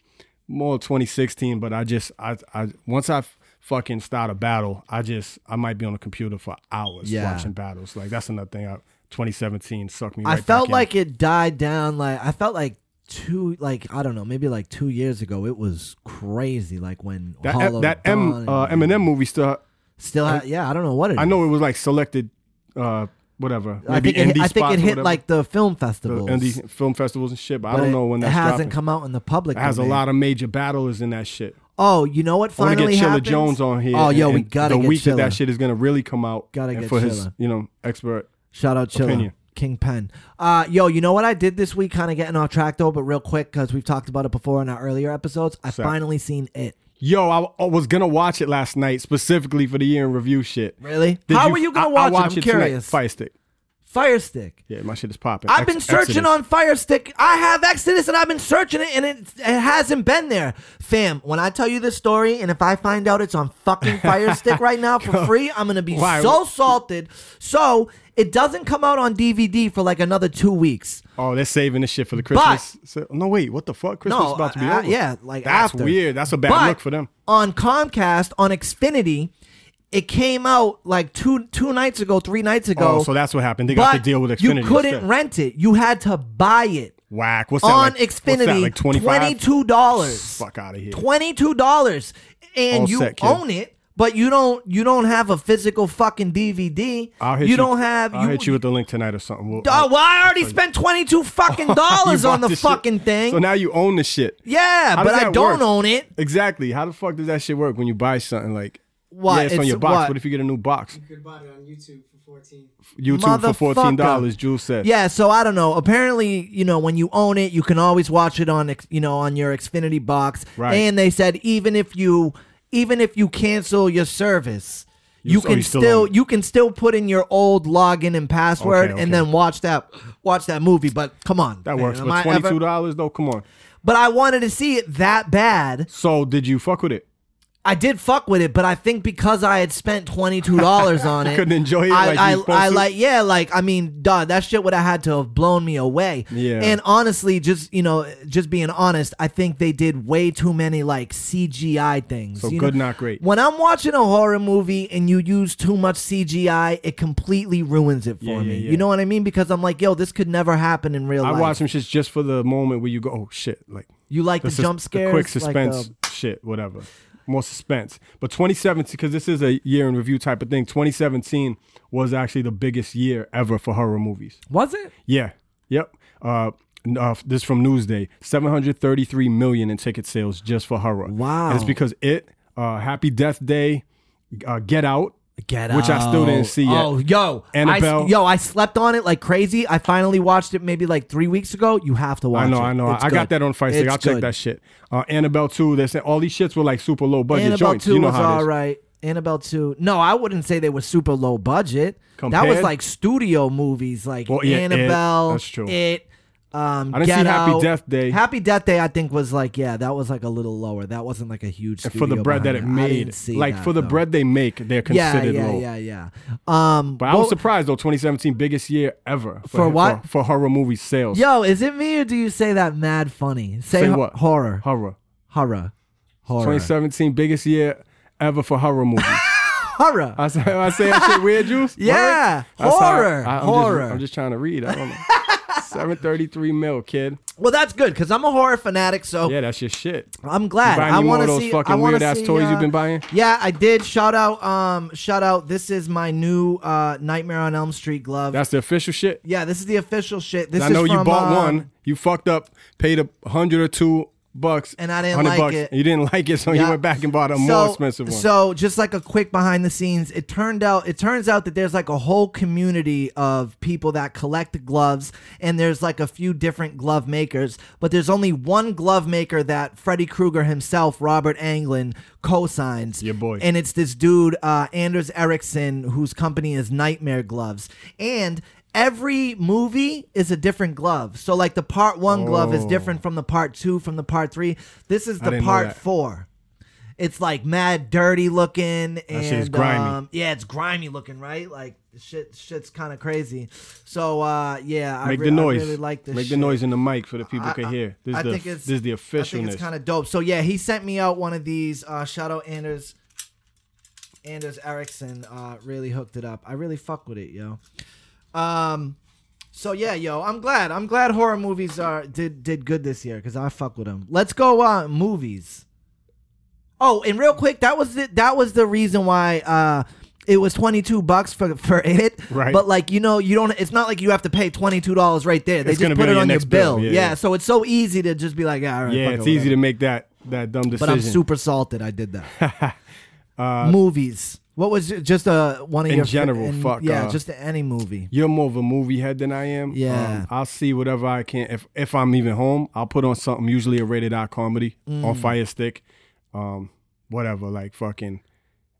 B: more 2016. But I just I I once I f- fucking start a battle, I just I might be on the computer for hours
A: Yeah.
B: watching battles. Like that's another thing. I, 2017 sucked me. Right
A: I
B: back
A: felt
B: in.
A: like it died down. Like I felt like two, like I don't know, maybe like two years ago. It was crazy. Like when
B: that
A: Hollow
B: M, that M
A: Dawn
B: uh,
A: and-
B: Eminem movie still.
A: still, ha- yeah, I don't know what it.
B: I
A: is.
B: know it was like selected, uh, whatever.
A: I
B: Maybe
A: think it, hit-
B: indie
A: I think
B: spots
A: it
B: or
A: hit
B: whatever.
A: like the film festivals.
B: and these film festivals and shit. But, I
A: but
B: don't
A: it-
B: know when that's
A: it hasn't
B: dropping.
A: come out in the public.
B: it has a
A: domain.
B: lot of major battles in that shit.
A: Oh, you know what?
B: I want to
A: Finally,
B: get Chilla
A: happens?
B: Jones on here.
A: Oh, yo,
B: and-
A: we
B: and
A: gotta
B: the
A: get
B: week that
A: Chilla.
B: that shit is gonna really come out.
A: Gotta
B: and
A: get
B: for his,
A: Chilla.
B: you know, expert.
A: Shout out Chilla.
B: Opinion.
A: Kingpin. Uh, yo, you know what I did this week? Kind of getting off track though, but real quick because we've talked about it before in our earlier episodes. I
B: Sure.
A: finally seen it.
B: Yo, I, I was gonna watch it last night specifically for the year in review shit.
A: Really? How were you gonna watch
B: I, I
A: it?
B: watched
A: I'm
B: it tonight.
A: curious.
B: Fire stick.
A: Fire Stick.
B: Yeah, my shit is popping.
A: I've
B: Ex-
A: been searching
B: Exodus.
A: on Fire Stick. I have Exodus and I've been searching it and it, it hasn't been there. Fam, when I tell you this story and if I find out it's on fucking Fire
B: *laughs*
A: Stick right now for free, I'm going to be
B: Why?
A: so salted. So it doesn't come out on DVD for like another two weeks.
B: Oh, they're saving this shit for the Christmas. so, no, wait, what the fuck? Christmas
A: No,
B: is about to be
A: I- I-
B: over.
A: yeah, like
B: that's
A: after.
B: weird. That's a bad
A: But
B: look for them.
A: On Comcast, on Xfinity, it came out like two two nights ago, three nights ago.
B: Oh, so that's what happened. They got to
A: but
B: deal with
A: You
B: Xfinity.
A: couldn't
B: instead.
A: rent it. You had to buy it
B: Whack. What's that?
A: on
B: like, what's that,
A: Xfinity.
B: like 25?
A: Twenty-two dollars.
B: Fuck outta here.
A: Twenty-two dollars, and
B: All
A: you
B: set, kid.
A: own it, but you don't. You don't have a physical fucking DVD.
B: I'll hit
A: you,
B: you.
A: don't have.
B: I'll hit you with the link tonight or something. We'll,
A: Oh, well, I already spent twenty-two
B: *laughs*
A: fucking dollars
B: You
A: on
B: bought
A: the
B: this shit.
A: fucking thing.
B: So now you own the shit.
A: yeah,
B: How
A: but
B: does
A: I
B: that
A: don't
B: work?
A: own it.
B: Exactly. How the fuck does that shit work when you buy something like?
A: What?
B: Yeah, it's, on
A: It's
B: your box.
A: what?
B: What? if you get a new box?
D: You could buy it on YouTube for 14.
B: YouTube for fourteen dollars.
A: Motherfucker.
B: Jules said.
A: Yeah, so I don't know. Apparently, you know, when you own it, you can always watch it on, X- you know, on your Xfinity box.
B: Right.
A: And they said even if you, even if you cancel your service, you,
B: You- oh,
A: can
B: you
A: still,
B: still own it.
A: you can still put in your old login and password,
B: Okay, okay.
A: and then watch that watch that movie. But come on,
B: that
A: man,
B: works.
A: am
B: But
A: I ever-
B: twenty two dollars though. Come on.
A: But I wanted to see it that bad.
B: So did you fuck with it?
A: I did fuck with it, but I think because I had spent twenty two dollars
B: *laughs*
A: on it,
B: couldn't enjoy it
A: I,
B: like you
A: I,
B: supposed
A: I
B: to?
A: like, yeah, like I mean, duh, that shit would have had to have blown me away.
B: Yeah.
A: And honestly, just you know, just being honest, I think they did way too many like CGI things.
B: So
A: you
B: good,
A: know?
B: not great.
A: When I'm watching a horror movie and you use too much CGI, it completely ruins it for
B: Yeah, yeah,
A: me.
B: yeah.
A: You know what I mean? Because I'm like, yo, this could never happen in real
B: I
A: life.
B: watched some shit just for the moment where you go, oh shit, like
A: you like the,
B: sus-
A: jump scares,
B: quick
A: like uh,
B: suspense
A: the-
B: shit, whatever. More suspense. But 2017, because this is a year in review type of thing. 2017 was actually the biggest year ever for horror movies.
A: was it?
B: Yeah. Yep. Uh, uh, this from Newsday, 733 million in ticket sales just for horror.
A: Wow.
B: And it's because it, uh, Happy Death Day, uh, Get Out,
A: Get
B: which I still didn't see yet.
A: Oh, yo, I,
B: Annabelle.
A: s- yo, I slept on it like crazy. I finally watched it maybe like three weeks ago. You have to watch
B: I know,
A: it.
B: I know.
A: It's
B: I
A: good.
B: got that on Fight Stick.
A: It's
B: I'll check
A: good.
B: that shit. Uh, Annabelle 2, they said all these shits were like super low budget
A: Annabelle
B: joints.
A: two
B: you know
A: was
B: how it is.
A: all right. Annabelle two. No, I wouldn't say they were super low budget. that was
B: Compared-
A: like studio movies, like
B: Well, yeah, It,
A: Annabelle.
B: that's true.
A: It. Um,
B: I didn't see
A: Get
B: Happy
A: Out.
B: Death Day.
A: Happy Death Day, I think was like yeah, that was like a little lower. That wasn't like a huge.
B: for the
A: studio
B: bread that it
A: behind I didn't
B: made.
A: see
B: Like
A: that,
B: for the
A: though.
B: bread they make, they're
A: Yeah,
B: considered
A: yeah,
B: low.
A: yeah, yeah. Um,
B: But I was
A: what-
B: surprised though, 2017 biggest year ever
A: For what?
B: For, horror movie sales.
A: Yo, is it me or do you say that mad funny? Say,
B: Say
A: ho-
B: what?
A: Horror.
B: Horror.
A: horror. Horror.
B: 2017 biggest year ever for
A: *laughs*
B: horror movies.
A: horror.
B: I say, I say that shit weird, Juice.
A: Yeah,
B: Word? That's how I-
A: horror,
B: I- I'm just-
A: horror.
B: I'm just trying to read. I don't know.
A: *laughs*
B: 733 mil, kid.
A: well, that's good because I'm a horror fanatic, so
B: Yeah, that's your shit.
A: I'm glad.
B: You buying
A: I
B: any more
A: want
B: of
A: to
B: those
A: see.
B: fucking
A: I want to
B: weird-ass
A: see,
B: toys
A: uh,
B: you've been buying?
A: Yeah, I did. Shout out. Um, shout out. This is my new uh, Nightmare on Elm Street glove.
B: That's the official shit.
A: yeah, this is the official shit. This
B: I
A: is
B: know you
A: from,
B: bought
A: um,
B: one. You fucked up, paid a hundred or two bucks,
A: And I didn't
B: 100
A: like
B: bucks,
A: it.
B: and you didn't like it, so you
A: Yeah.
B: went back and bought a more expensive one.
A: So just like a quick behind the scenes, it turned out it turns out that there's like a whole community of people that collect gloves, and there's like a few different glove makers, but there's only one glove maker that Freddy Krueger himself, Robert Anglin, co-signs.
B: Your boy.
A: And it's this dude, uh, Anders Ericsson, whose company is Nightmare Gloves. And Every movie is a different glove. So, like the part one glove is
B: Oh.
A: different from the part two, from the part three. This is the
B: didn't know
A: part
B: that.
A: four. It's like mad dirty looking and
B: shit's grimy.
A: um, yeah, it's grimy looking, right? Like the shit, shit's kind of crazy. So uh, yeah, I,
B: Make
A: re-
B: the noise.
A: I really like this.
B: Make the
A: shit.
B: noise in the mic so the people
A: I-
B: can
A: I-
B: hear. This
A: I
B: is the
A: think it's-
B: this is the
A: I think it's
B: officialness.
A: kind of dope. So yeah, he sent me out one of these. Uh, shout out Anders, Anders Erickson. Uh, really hooked it up. I really fuck with it, yo. Um, so yeah, yo, I'm glad. I'm glad horror movies are did did good this year because I fuck with them. Let's go uh, movies. Oh, and real quick, that was the, that was the reason why uh it was twenty two bucks for for it.
B: Right.
A: But like you know, you don't. It's not like you have to pay twenty two dollars right there. They
B: It's
A: just
B: gonna be
A: put it
B: on your
A: on your
B: next bill.
A: bill.
B: Yeah,
A: yeah.
B: yeah.
A: So it's so easy to just be like, yeah, all right.
B: yeah,
A: fuck it,
B: it's easy
A: whatever.
B: to make that that dumb
A: But
B: decision. Uh,
A: I'm super salted. I did that.
B: *laughs*
A: movies. What was it? just uh, one of
B: In
A: your fa-
B: general, fuck,
A: Yeah,
B: uh,
A: just any movie.
B: You're more of a movie head than I am. Um,
A: Yeah.
B: I'll see whatever I can. If if I'm even home, I'll put on something. Usually a rated R comedy
A: Mm.
B: on Fire Stick, um, whatever. Like fucking,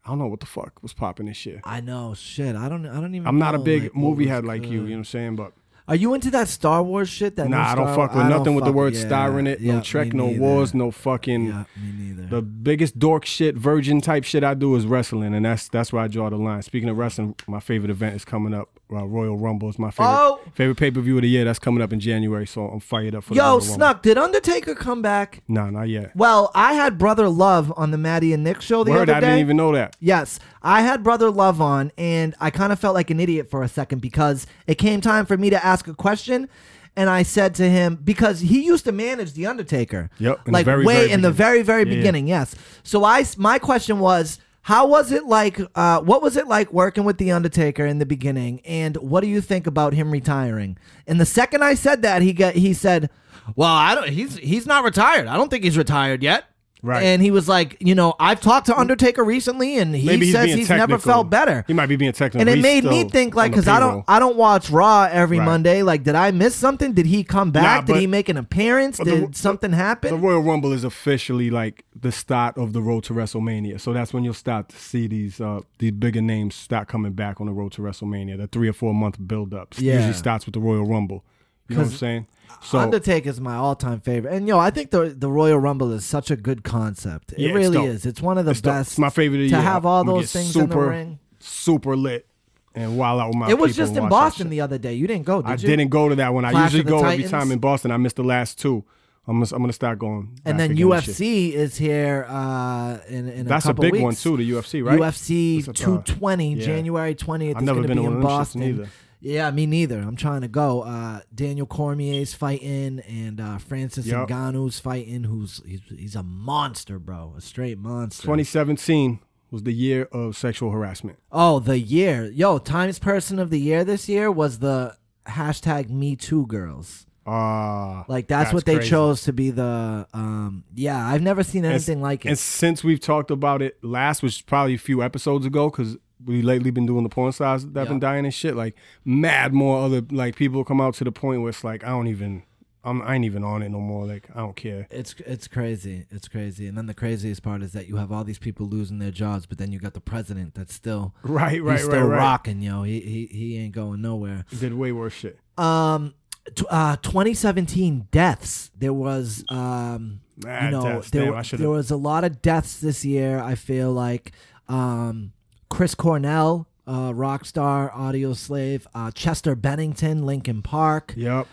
B: I don't know what the fuck was popping this year.
A: I know. Shit. I don't. I don't even.
B: I'm not a
A: know,
B: big
A: like, what
B: movie
A: was
B: head like you. You
A: good.
B: know what I'm saying? But
A: Are you into that Star Wars shit? That new
B: Nah, I don't
A: Star-
B: fuck with
A: I don't
B: nothing with the
A: fuck-
B: word
A: yeah,
B: star in it.
A: yeah,
B: no Trek,
A: me
B: no
A: neither.
B: wars, no fucking.
A: Yeah, me neither.
B: The biggest dork shit, virgin type shit I do is wrestling, and that's that's where I draw the line. Speaking of wrestling, my favorite event is coming up. Uh, Royal Rumble is my favorite
A: Oh!
B: favorite pay per view of the year. That's coming up in January, so I'm fired up for.
A: Yo,
B: the Royal
A: Snuck, did Undertaker come back?
B: Rumble. Nah, not yet.
A: Well, I had Brother Love on the Maddie and Nick show the
B: Word,
A: other
B: I
A: day.
B: didn't even know that.
A: Yes, I had Brother Love on, and I kind of felt like an idiot for a second because it came time for me to ask a question. And I said to him because he used to manage the Undertaker,
B: Yep, in the
A: like
B: very,
A: way
B: very
A: in the
B: beginning.
A: very very
B: Yeah, yeah.
A: beginning. Yes. So I s- my question was, how was it like? Uh, what was it like working with the Undertaker in the beginning? And what do you think about him retiring? And the second I said that, he got he said, "Well, I don't. He's he's not retired. I don't think he's retired yet."
B: Right.
A: And he was like, you know, I've talked to Undertaker recently, and he
B: Maybe he's
A: says
B: being
A: he's never
B: technical.
A: felt better.
B: He might be being technical.
A: and it
B: He's
A: made me
B: still
A: think,
B: on
A: like,
B: the
A: because I
B: payroll.
A: don't, I don't watch Raw every
B: Right.
A: Monday. Like, did I miss something? Did he come back?
B: but-
A: did he make an appearance?
B: the-
A: Did
B: the-
A: something happen?
B: The Royal Rumble is officially like the start of the road to WrestleMania. So that's when you'll start to see these uh, these bigger names start coming back on the road to WrestMania. The three or four month build up
A: Yeah.
B: usually starts with the Royal Rumble. You know what I'm saying? So
A: Undertaker's my all-time favorite, and yo, I think the the Royal Rumble is such a good concept. It
B: Yeah, it's
A: really
B: dope.
A: is. It's one of the
B: it's, the-
A: best.
B: it's my favorite of the
A: to
B: year.
A: have all
B: I'ma
A: those
B: get
A: things
B: super,
A: in the ring.
B: Super lit and wild out with my
A: It was
B: people
A: just
B: and
A: in
B: watch that
A: Boston
B: shit.
A: the other day. You didn't go, did
B: I
A: you?
B: didn't go to that one. I
A: Clash
B: usually
A: of the
B: go every
A: Titans?
B: time in Boston. I missed the last two. I'm gonna, I'm gonna start going.
A: And
B: back
A: then
B: again this year.
A: UFC is here uh, in in
B: That's
A: a
B: a,
A: couple
B: big
A: weeks.
B: one too. The UFC, right?
A: UFC
B: That's a-
A: 220,
B: yeah.
A: January 20th.
B: I've
A: It's
B: never
A: gonna
B: been to
A: be
B: one
A: in
B: of them shits
A: Boston.
B: neither.
A: Yeah, me neither. I'm trying to go. Uh, Daniel Cormier's fighting, and uh, Francis
B: Yup.
A: Ngannou's fighting. Who's he's, he's a monster, bro. A straight monster.
B: 2017 was the year of sexual harassment.
A: Oh, the year. Yo, Times Person of the Year this year was the hashtag Me Too girls.
B: Ah,
A: Like that's,
B: That's
A: what they
B: crazy.
A: chose to be the. Um, yeah, I've never seen anything like it.
B: And since we've talked about it last, which is probably a few episodes ago, because we lately been doing the porn stars that have been dying and shit, like mad more other like people come out to the point where it's like I don't even, I'm I ain't even on it no more. Like I don't
A: *laughs*
B: care.
A: It's it's crazy. It's crazy. And then the craziest part is that you have all these people losing their jobs, but then you got the president that's still
B: Right, right,
A: he's
B: right,
A: still
B: right.
A: rocking, yo. He he he ain't going nowhere.
B: Did way worse shit.
A: Um t- uh 2017 deaths. There was um
B: Mad
A: you know
B: deaths.
A: there
B: Damn,
A: were-
B: I should've-
A: there was a lot of deaths this year. I feel like um Chris Cornell, uh rock star, audio slave, uh Chester Bennington, Lincoln Park. Um,
B: Yep.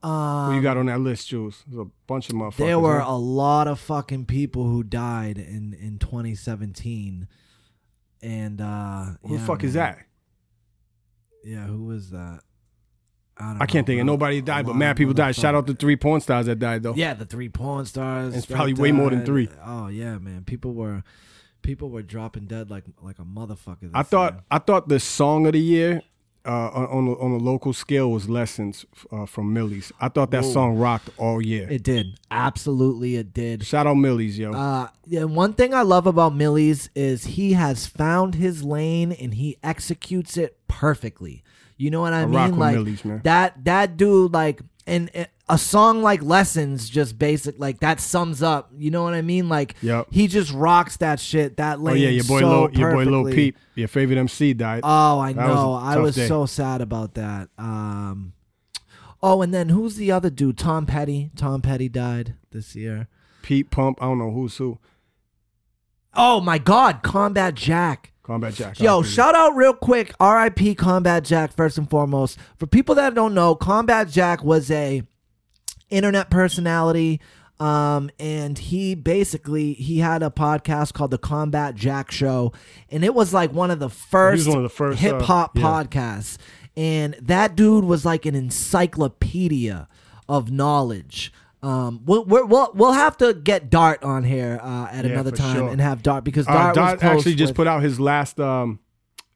B: what you got on that list, Jules? There's a bunch of motherfuckers.
A: There were
B: huh?
A: a lot of fucking people who died in in 2017. And uh
B: Who the
A: yeah,
B: fuck is
A: man.
B: that?
A: Yeah, who was that? I, don't
B: I
A: know,
B: can't think of
A: bro.
B: nobody
A: A
B: died, but
A: lot
B: mad
A: of
B: people died. Shout
A: motherfuckers.
B: out to three porn stars that died though.
A: Yeah, the three porn stars.
B: Oh. It's
A: that
B: probably way more than
A: died.
B: three.
A: Oh yeah, man. People were people were dropping dead like like a motherfucker.
B: I
A: this
B: thought
A: year.
B: I thought the song of the year uh, on on a, on a local scale was "Lessons" uh, from Millie's. I thought that song rocked all year.
A: it did. Absolutely, it did.
B: Shout out Millie's, yo.
A: Uh, yeah, one thing I love about Millie's is he has found his lane and he executes it perfectly. You know what I, mean?
B: rock with
A: like
B: Millie's, man.
A: that that dude like and uh, a song like Lessons just basic like that sums up. You know what I mean? Like
B: Yep.
A: he just rocks that shit. That
B: oh
A: lane.
B: yeah, your boy
A: so
B: Lil, your boy Lil
A: perfectly.
B: Peep, your favorite MC died.
A: Oh, I
B: That was a
A: know. I
B: tough
A: was
B: day.
A: so sad about that. Um, oh, and then who's the other dude? Tom Petty. Tom Petty died this year.
B: Peep Pump. I don't know who's who.
A: Oh my God, Combat Jack.
B: Combat Jack.
A: Yo,
B: I'll figure.
A: shout out real quick, RIP Combat Jack first and foremost. For people that don't know, Combat Jack was a internet personality um and he basically he had a podcast called the Combat Jack show and it was like one of the first,
B: one of the first, uh,
A: hip hop
B: yeah.
A: podcasts and that dude was like an encyclopedia of knowledge. Um, we'll, we'll we'll we'll have to get Dart on here uh, at
B: Yeah,
A: another
B: for
A: time
B: sure.
A: and have Dart because
B: Uh,
A: Dart, was
B: Dot
A: close
B: actually just
A: with-
B: put out his last um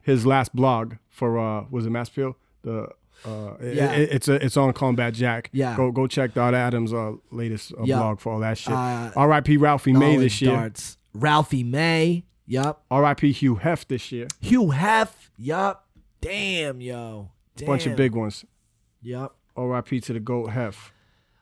B: his last blog for uh was it Massfield the. Uh, yeah,
A: Yeah.
B: it's a, it's on Combat Jack.
A: Yeah.
B: go go check Dot Adams' uh, latest uh,
A: Yeah.
B: blog for all that shit.
A: Uh,
B: R.I.P. Ralphie May
A: Knowledge
B: this year.
A: darts. Ralphie May. Yup.
B: R.I.P. Hugh Hef this year.
A: Hugh Hef. Yup. Damn, yo. Damn.
B: Bunch of big ones.
A: Yup.
B: R.I.P. to the goat Hef.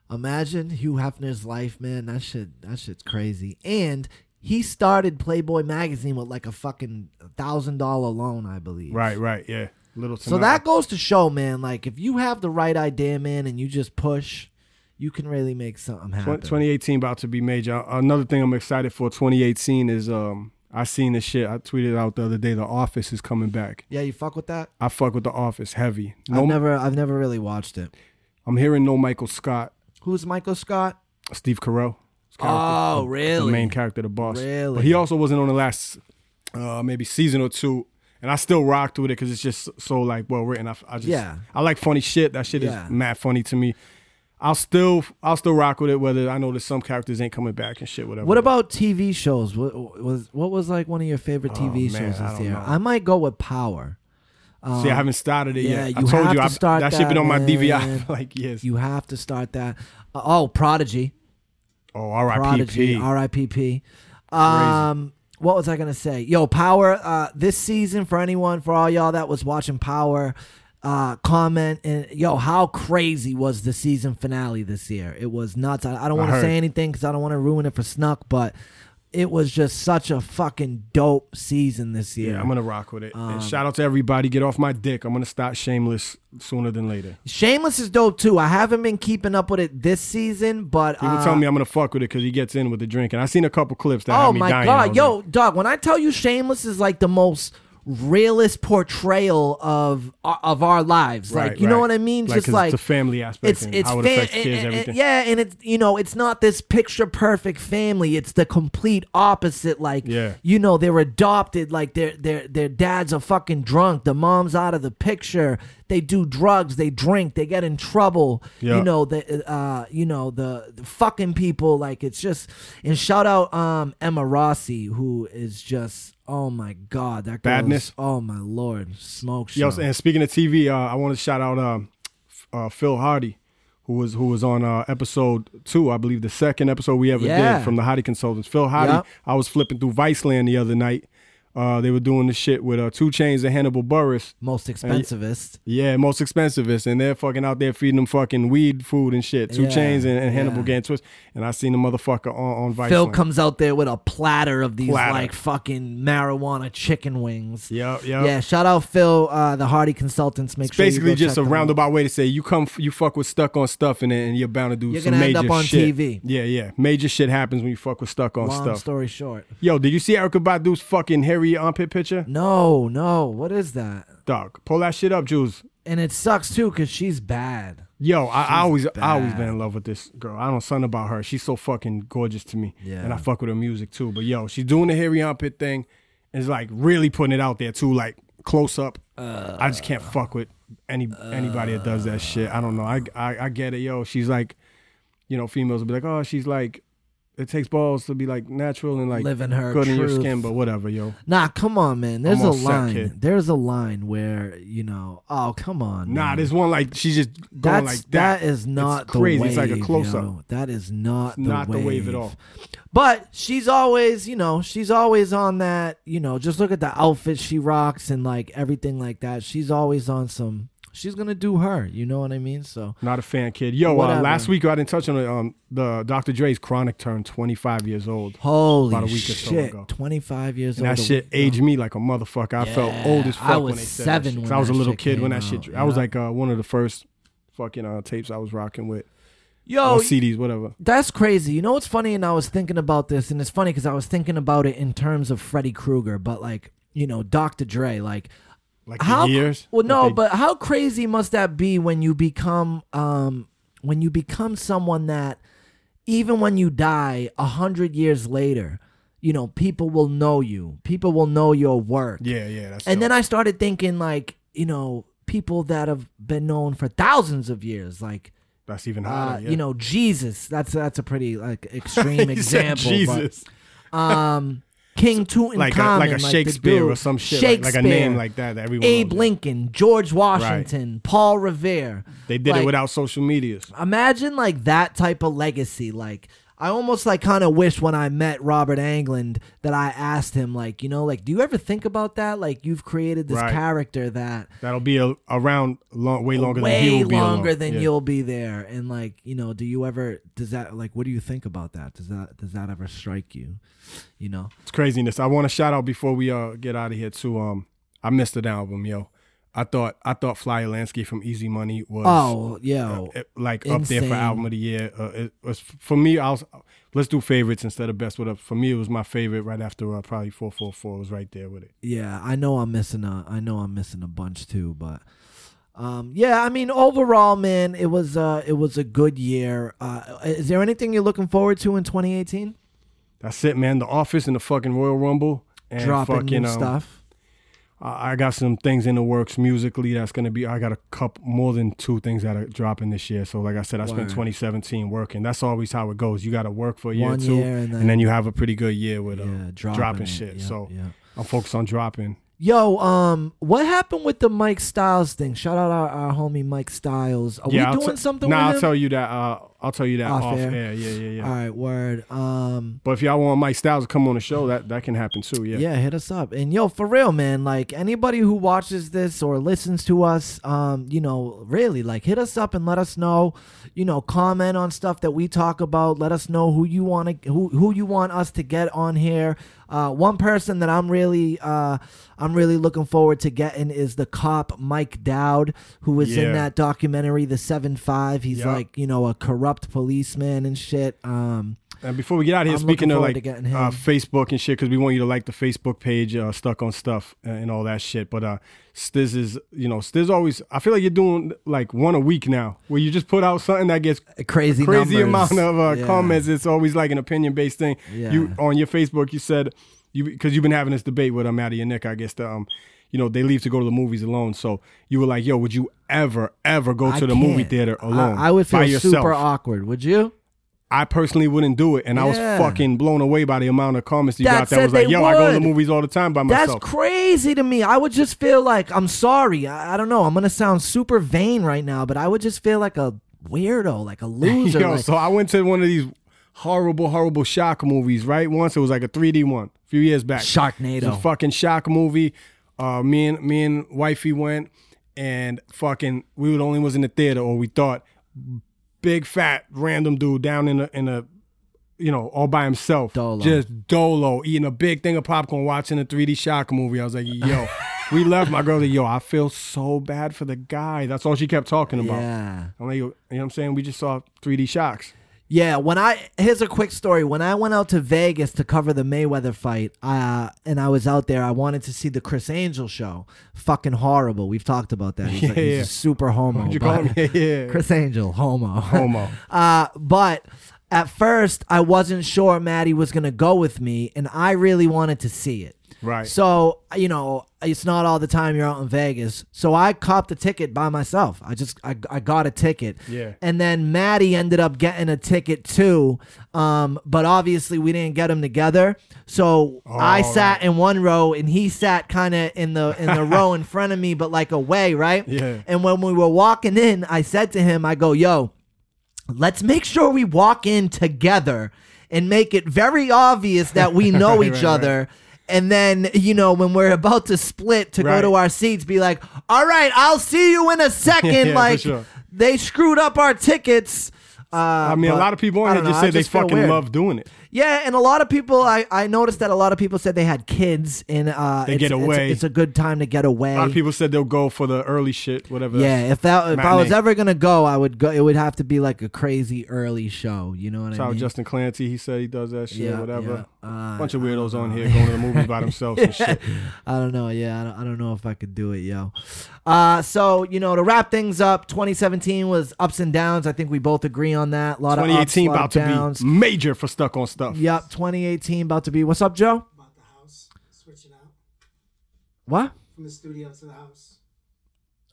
A: Imagine Hugh Hefner's life, man. That shit. That shit's crazy. And he started Playboy magazine with like a fucking thousand dollar loan, I believe.
B: Right, right, yeah. Little to
A: So
B: none.
A: that goes to show, man. Like if you have the right idea, man, and you just push, you can really make something
B: Twen-
A: happen.
B: 2018 about to be major. Uh, Another thing I'm excited for 2018 is um I seen this shit. I tweeted out the other day. The Office is coming back.
A: Yeah, you fuck with that.
B: I fuck with the Office heavy. No,
A: I've never, I've never really watched it.
B: I'm hearing no Michael Scott,
A: Who's Michael Scott?
B: Steve Carell. his character,
A: Oh,
B: the
A: really?
B: main character, the boss.
A: Really?
B: But he also wasn't on the last uh maybe season or two. And I still rocked with it because it's just so like well written. I, I just
A: Yeah.
B: I like funny shit. That shit
A: Yeah.
B: is mad funny to me. I'll still I'll still rock with it whether I know that some characters ain't coming back and shit whatever.
A: What about TV shows? What was what was like one of your favorite TV
B: Oh, man,
A: shows
B: I
A: this
B: don't
A: year?
B: know.
A: I might go with Power.
B: See, I haven't started it
A: yeah,
B: yet. I
A: you
B: told
A: have
B: you
A: to
B: I,
A: start
B: that shit been
A: that,
B: on my DVI
A: man.
B: for *laughs* like years.
A: You have to start that. Uh, oh, Prodigy,
B: oh,
A: Prodigy,
B: R.I.P.P.
A: R.I.P.P. Um, what was I gonna say? Yo, Power. Uh, this season for anyone, for all y'all that was watching Power, uh, comment and yo, how crazy was the season finale this year? It was nuts. I, I don't
B: I
A: want to
B: heard.
A: say anything because I don't want to ruin it for Snuck, but. It was just such a fucking dope season this year.
B: Yeah, I'm gonna rock with it.
A: Um,
B: and shout out to everybody. Get off my dick. I'm gonna stop shameless sooner than later.
A: Shameless is dope too. I haven't been keeping up with it this season, but
B: People
A: uh,
B: tell me I'm gonna fuck with it because he gets in with the drink. And I seen a couple clips that
A: oh
B: had me
A: my
B: dying. I
A: god,
B: was
A: yo,
B: like,
A: dog! When I tell you Shameless is like the most realist portrayal of uh, of our lives,
B: right,
A: like you know
B: right.
A: what I mean? Just
B: 'cause
A: like
B: it's a family aspect.
A: it's
B: and
A: it's
B: how it
A: fan-
B: affects kids.
A: and- and-
B: everything.
A: yeah, and it's you know it's not this picture perfect family. It's the complete opposite. Like
B: Yeah.
A: you know they're adopted. Like their their their dads are fucking drunk. The mom's out of the picture. They do drugs. They drink. They get in trouble.
B: Yeah.
A: You know the uh you know the, the fucking people. Like it's just and shout out um Emma Rossi who is just oh my god that girl is-
B: Badness.
A: oh my lord smoke show.
B: Yo, and speaking of TV, uh, I want to shout out um, f- uh, Phil Hardy, who who was who was on uh, episode two, I believe the second episode we ever
A: Yeah.
B: did from the Hottie Consultants. Phil Hottie,
A: Yup.
B: I was flipping through Vice Land the other night. Uh, they were doing the shit with uh, Two Chains and Hannibal Burris.
A: Most expensivest.
B: Yeah, most expensivest, and they're fucking out there feeding them fucking weed food and shit. Two
A: Yeah,
B: Chains and, and Hannibal
A: yeah.
B: getting twisted. And I seen the motherfucker on, on Vice.
A: Phil
B: Land.
A: comes out there with a platter of these
B: Platter.
A: like fucking marijuana chicken wings.
B: Yup, yup.
A: Yeah, shout out Phil, uh, the Hardy Consultants. Make
B: It's
A: sure you
B: basically
A: go
B: just
A: check
B: a
A: them out.
B: roundabout way to say you come, f- you fuck with stuck on stuff, and and you're bound to do
A: You're
B: some
A: gonna
B: major
A: end up on
B: shit.
A: TV.
B: Yeah, yeah, major shit happens when you fuck with stuck on
A: Long
B: stuff.
A: story short.
B: Yo, did you see Erica Badu's fucking hairy armpit picture?
A: No, no. What is that?
B: Dog, pull that shit up, Jules.
A: And it sucks too because she's bad.
B: Yo, I, I always, I always
A: bad.
B: been in love with this girl. I don't son about her. She's so fucking gorgeous to me,
A: Yeah.
B: and I fuck with her music too. But yo, she's doing the hairy armpit thing, and it's like really putting it out there too, like close up. I just can't
A: Uh.
B: fuck with any anybody that does that shit. I don't know. I, I, I get it. Yo, she's like, you know, females will be like, oh, she's like, it takes balls to be like natural and like
A: Living her
B: good in your
A: truth.
B: skin, but whatever, yo.
A: Nah, come on, man. There's
B: I'm
A: a
B: all set,
A: line.
B: kid.
A: There's a line where you know. Oh, come on.
B: Nah,
A: man.
B: there's one like she's just going
A: That's
B: like that.
A: that is not
B: it's
A: the
B: crazy.
A: Wave,
B: it's like a close up.
A: yo. That is not the
B: not the
A: wave.
B: wave at all.
A: But she's always, you know, she's always on that. You know, just look at the outfit she rocks and like everything like that. She's always on some. She's gonna do her. You know what I mean? So
B: Not a fan, kid. Yo, uh,
A: Whatever.
B: last week I didn't touch on it. Um, the Dr. Dre's Chronic turned 25 years old.
A: holy
B: About a week or so
A: shit.
B: ago.
A: Twenty five years
B: And
A: old.
B: that
A: a
B: shit
A: week ago.
B: aged me like a motherfucker. I felt
A: Yeah,
B: old as fuck
A: I
B: when
A: was
B: they said
A: seven
B: that shit. 'Cause
A: when
B: I was
A: that
B: a little
A: shit
B: kid when
A: came
B: that shit.
A: out,
B: I was
A: yeah.
B: like uh, one of the first fucking uh, tapes I was rocking with.
A: Yo,
B: or CDs, whatever.
A: That's crazy. You know what's funny? And I was thinking about this, and it's funny because I was thinking about it in terms of Freddy Krueger, but like you know, Dr. Dre, like
B: Like the
A: how
B: years.
A: Well,
B: that
A: no,
B: they-
A: but how crazy must that be when you become um when you become someone that even when you die a hundred years later, you know, people will know you. People will know your work.
B: Yeah, yeah. That's
A: And then I started thinking like you know people that have been known for thousands of years, like
B: that's even
A: uh,
B: hotter. Oh, yeah.
A: you know Jesus. That's that's a pretty
B: *laughs*
A: like extreme
B: He said
A: example.
B: Jesus.
A: But, um, King Tutankhamun,
B: *laughs* Like a, like a
A: the
B: Shakespeare or
A: dude,
B: some shit. Like, like a name
A: Shakespeare,
B: like that. that everyone
A: Abe
B: knows.
A: Lincoln, George Washington, Paul Revere.
B: They did
A: Like,
B: it without social medias.
A: Imagine like that type of legacy. Like I almost like kind of wish when I met Robert Englund that I asked him like you know like do you ever think about that like you've created this
B: Right.
A: character that
B: That'll be a, around long, way longer
A: way
B: than he will be
A: longer
B: alone.
A: than
B: Yeah.
A: you'll be there and like you know do you ever does that like what do you think about that does that does that ever strike you you know
B: It's craziness. I want to shout out before we uh get out of here too. Um, I missed an album, yo. I thought I thought Fly Lansky from Easy Money was
A: oh yeah
B: uh, like up there
A: insane.
B: for album of the year. Uh, it was for me. I was let's do favorites instead of best. What for me it was my favorite right after uh, probably four four four was right there with it.
A: yeah i know i'm missing a i know i'm missing a bunch too but um yeah i mean overall man it was uh it was a good year uh is there anything you're looking forward to in 2018
B: That's it, man. The Office and the fucking Royal Rumble and
A: dropping
B: fucking
A: new
B: um,
A: stuff
B: I I got some things in the works musically. That's gonna be. I got a couple more than two things that are dropping this year. So like I said, I
A: Word.
B: spent 2017 working. That's always how it goes. You got to work for a year,
A: One
B: or two,
A: year and
B: and,
A: then-
B: then, you have a pretty good year with uh,
A: yeah dropping,
B: dropping,
A: it.
B: shit.
A: Yeah,
B: so
A: yeah
B: I'm focused on dropping.
A: Yo, um, what happened with the Mike Styles thing? Shout out our, our homie Mike Styles. Are
B: yeah,
A: we
B: I'll
A: doing
B: te-
A: something
B: Nah,
A: with
B: I'll
A: him?
B: tell you that. Uh, I'll tell you that
A: Off
B: off,
A: air. Uh,
B: air. Yeah, yeah, yeah.
A: All right, word. Um,
B: But if y'all want Mike Styles to come on the show, that that can happen too. Yeah.
A: yeah, hit us up. And yo, for real, man, like anybody who watches this or listens to us, um, you know, really, like hit us up and let us know, you know, comment on stuff that we talk about. Let us know who you want to who who you want us to get on here. Uh, one person that I'm really uh I'm really looking forward to getting is the cop Mike Dowd, who was in
B: Yeah.
A: that documentary The Seven Five. He's
B: Yep.
A: like, you know, a corrupt policeman and shit. Um
B: And before we get out of here,
A: I'm
B: speaking
A: looking
B: of
A: forward
B: like
A: to getting him.
B: uh, Facebook and shit, because we want you to like the Facebook page, uh, stuck on stuff uh, and all that shit. But uh, Stiz is, you know, Stiz always. I feel like you're doing like one a week now, where you just put out something that gets
A: crazy
B: crazy
A: numbers.
B: amount of uh,
A: Yeah.
B: comments. It's always like an opinion based thing. You
A: Yeah.
B: on your Facebook, you said you because you've been having this debate with um out of your neck. I guess the, um, you know, they leave to go to the movies alone. So you were like, yo, would you ever ever go
A: I
B: to the movie
A: can't.
B: theater
A: I-
B: alone?
A: I, would feel
B: by yourself?
A: super awkward. Would you?
B: I personally wouldn't do it, and I was
A: Yeah.
B: fucking blown away by the amount of comments you
A: That
B: got. That
A: said
B: was like,
A: they
B: "Yo, I go to the
A: would.
B: movies all the time by
A: That's
B: myself."
A: crazy to me. I would just feel like I'm sorry. I, I don't know. I'm gonna sound super vain right now, but I would just feel like a weirdo,
B: *laughs*
A: like a loser.
B: Yo,
A: like-
B: so I went to one of these horrible, horrible shock movies, right? Once it was like a 3D one a few years back.
A: Sharknado.
B: It was a fucking shock movie. Uh, me and me and wifey went and fucking we were the only ones in the theater or we thought big fat random dude down in a in a you know, all by himself.
A: Dolo.
B: Just dolo, eating a big thing of popcorn, watching a 3D shock movie. I was like,
A: *laughs*
B: yo. we left. My girl was like, yo, I feel so bad for the guy. That's all she kept talking about.
A: yeah.
B: I'm like, you know what I'm saying? We just saw
A: *laughs*
B: 3D shocks.
A: Yeah, when I here's a quick story. When I went out to Vegas to cover the Mayweather fight, uh, and I was out there, I wanted to see the Chris Angel show. Fucking horrible. We've talked about that. He's, like,
B: *laughs* Yeah,
A: he's
B: yeah.
A: a super homo.
B: What'd you call
A: but-
B: him? Yeah, *laughs* yeah.
A: *laughs* Chris Angel, homo.
B: Homo.
A: uh, but at first, I wasn't sure Maddie was gonna go with me, and I really wanted to see it.
B: Right.
A: So you know, it's not all the time you're out in Vegas. So I copped a ticket by myself. I just I, I got a ticket.
B: Yeah.
A: And then Maddie ended up getting a ticket too. Um, but obviously we didn't get them together.
B: Oh,
A: So I sat in one row and he sat kind of in the in the row in front of me, but like away, right?
B: *laughs* Yeah.
A: And when we were walking in, I said to him, I go, yo, let's make sure we walk in together and make it very obvious that
B: *laughs*
A: we know
B: Right,
A: each
B: right,
A: other. And then, you know, when we're about to split to
B: Right.
A: go to our seats, be like, all right, I'll see you in
B: *laughs*
A: a second.
B: for
A: like,
B: sure.
A: they screwed up our tickets. Uh,
B: I mean, a lot of people on it just said they fucking love doing it.
A: Yeah, and a lot of people, I, I noticed that a lot of people said they had kids and uh,
B: They
A: it's-
B: get
A: it's-
B: away.
A: It's, a good time to get away.
B: A lot of people said they'll go for the early shit, whatever.
A: Yeah, if that if I was
B: Matinee.
A: ever gonna go, I would go. It would have to be like a crazy early show. You know what
B: That's
A: I
B: how
A: mean?
B: Justin Clancy, he said he does that shit,
A: Yeah,
B: whatever.
A: yeah. Uh,
B: Bunch of weirdos on here going to the
A: *laughs*
B: movies by themselves and shit.
A: I don't know. Yeah, I don't, I don't know if I could do it, yo. Uh, so you know, to wrap things up, 2017 was ups and downs. I think we both agree on that. A lot of ups,
B: 2018
A: lot
B: about
A: of downs.
B: to be major for stuck on stuff.
A: Yep, 2018 about to be. What's up, Joe?
D: Bought the house, switching out
A: What?
D: from the studio to the house.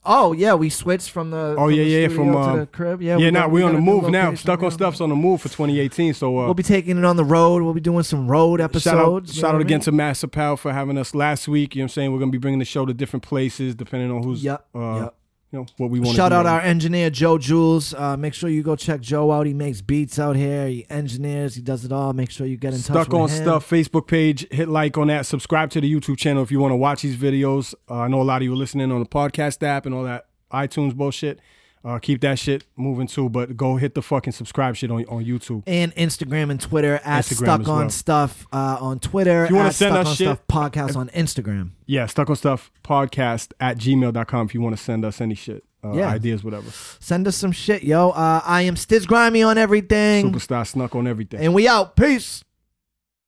A: Oh yeah, we switched from the.
B: Oh
A: from
B: yeah,
A: the
B: yeah,
A: studio
B: from
A: to
B: uh,
A: the crib. Yeah,
B: yeah. now
A: got-
B: we
A: got
B: on the
A: a new
B: move now.
A: location
B: Stuck on
A: now.
B: stuff's on the move for 2018. So uh,
A: We'll be taking it on the road. We'll be doing some road episodes.
B: Shout out,
A: you know
B: shout
A: what
B: out
A: I
B: again
A: mean?
B: to Matt Sapal for having us last week. You know what I'm saying? We're going to be bringing the show to different places depending on who's,
A: Yep,
B: uh,
A: yep.
B: you know, what we want to
A: Shout out our engineer Joe Jules. Uh, make sure you go check Joe out. He makes beats out here. He engineers. He does it all. Make sure you get in touch
B: Stuck
A: with
B: on
A: him.
B: Stuff Facebook page. Hit like on that. Subscribe to the YouTube channel if you want to watch these videos. Uh, I know a lot of you are listening on the podcast app and all that iTunes bullshit. Uh, keep that shit moving too, but go hit the fucking subscribe shit on, on YouTube.
A: and Instagram and Twitter at
B: Instagram
A: Stuck
B: as
A: on
B: well.
A: Stuff uh, on Twitter.
B: you wanna
A: at
B: send
A: Stuck
B: us
A: on
B: shit-
A: Stuff podcast on Instagram.
B: Yeah, Stuck on Stuff podcast at gmail.com if you want to send us any shit, uh,
A: Yeah.
B: ideas, whatever.
A: Send us some shit, yo. Uh, I am Stiz Grimy on everything,
B: Superstar Snuck on everything.
A: and we out. Peace.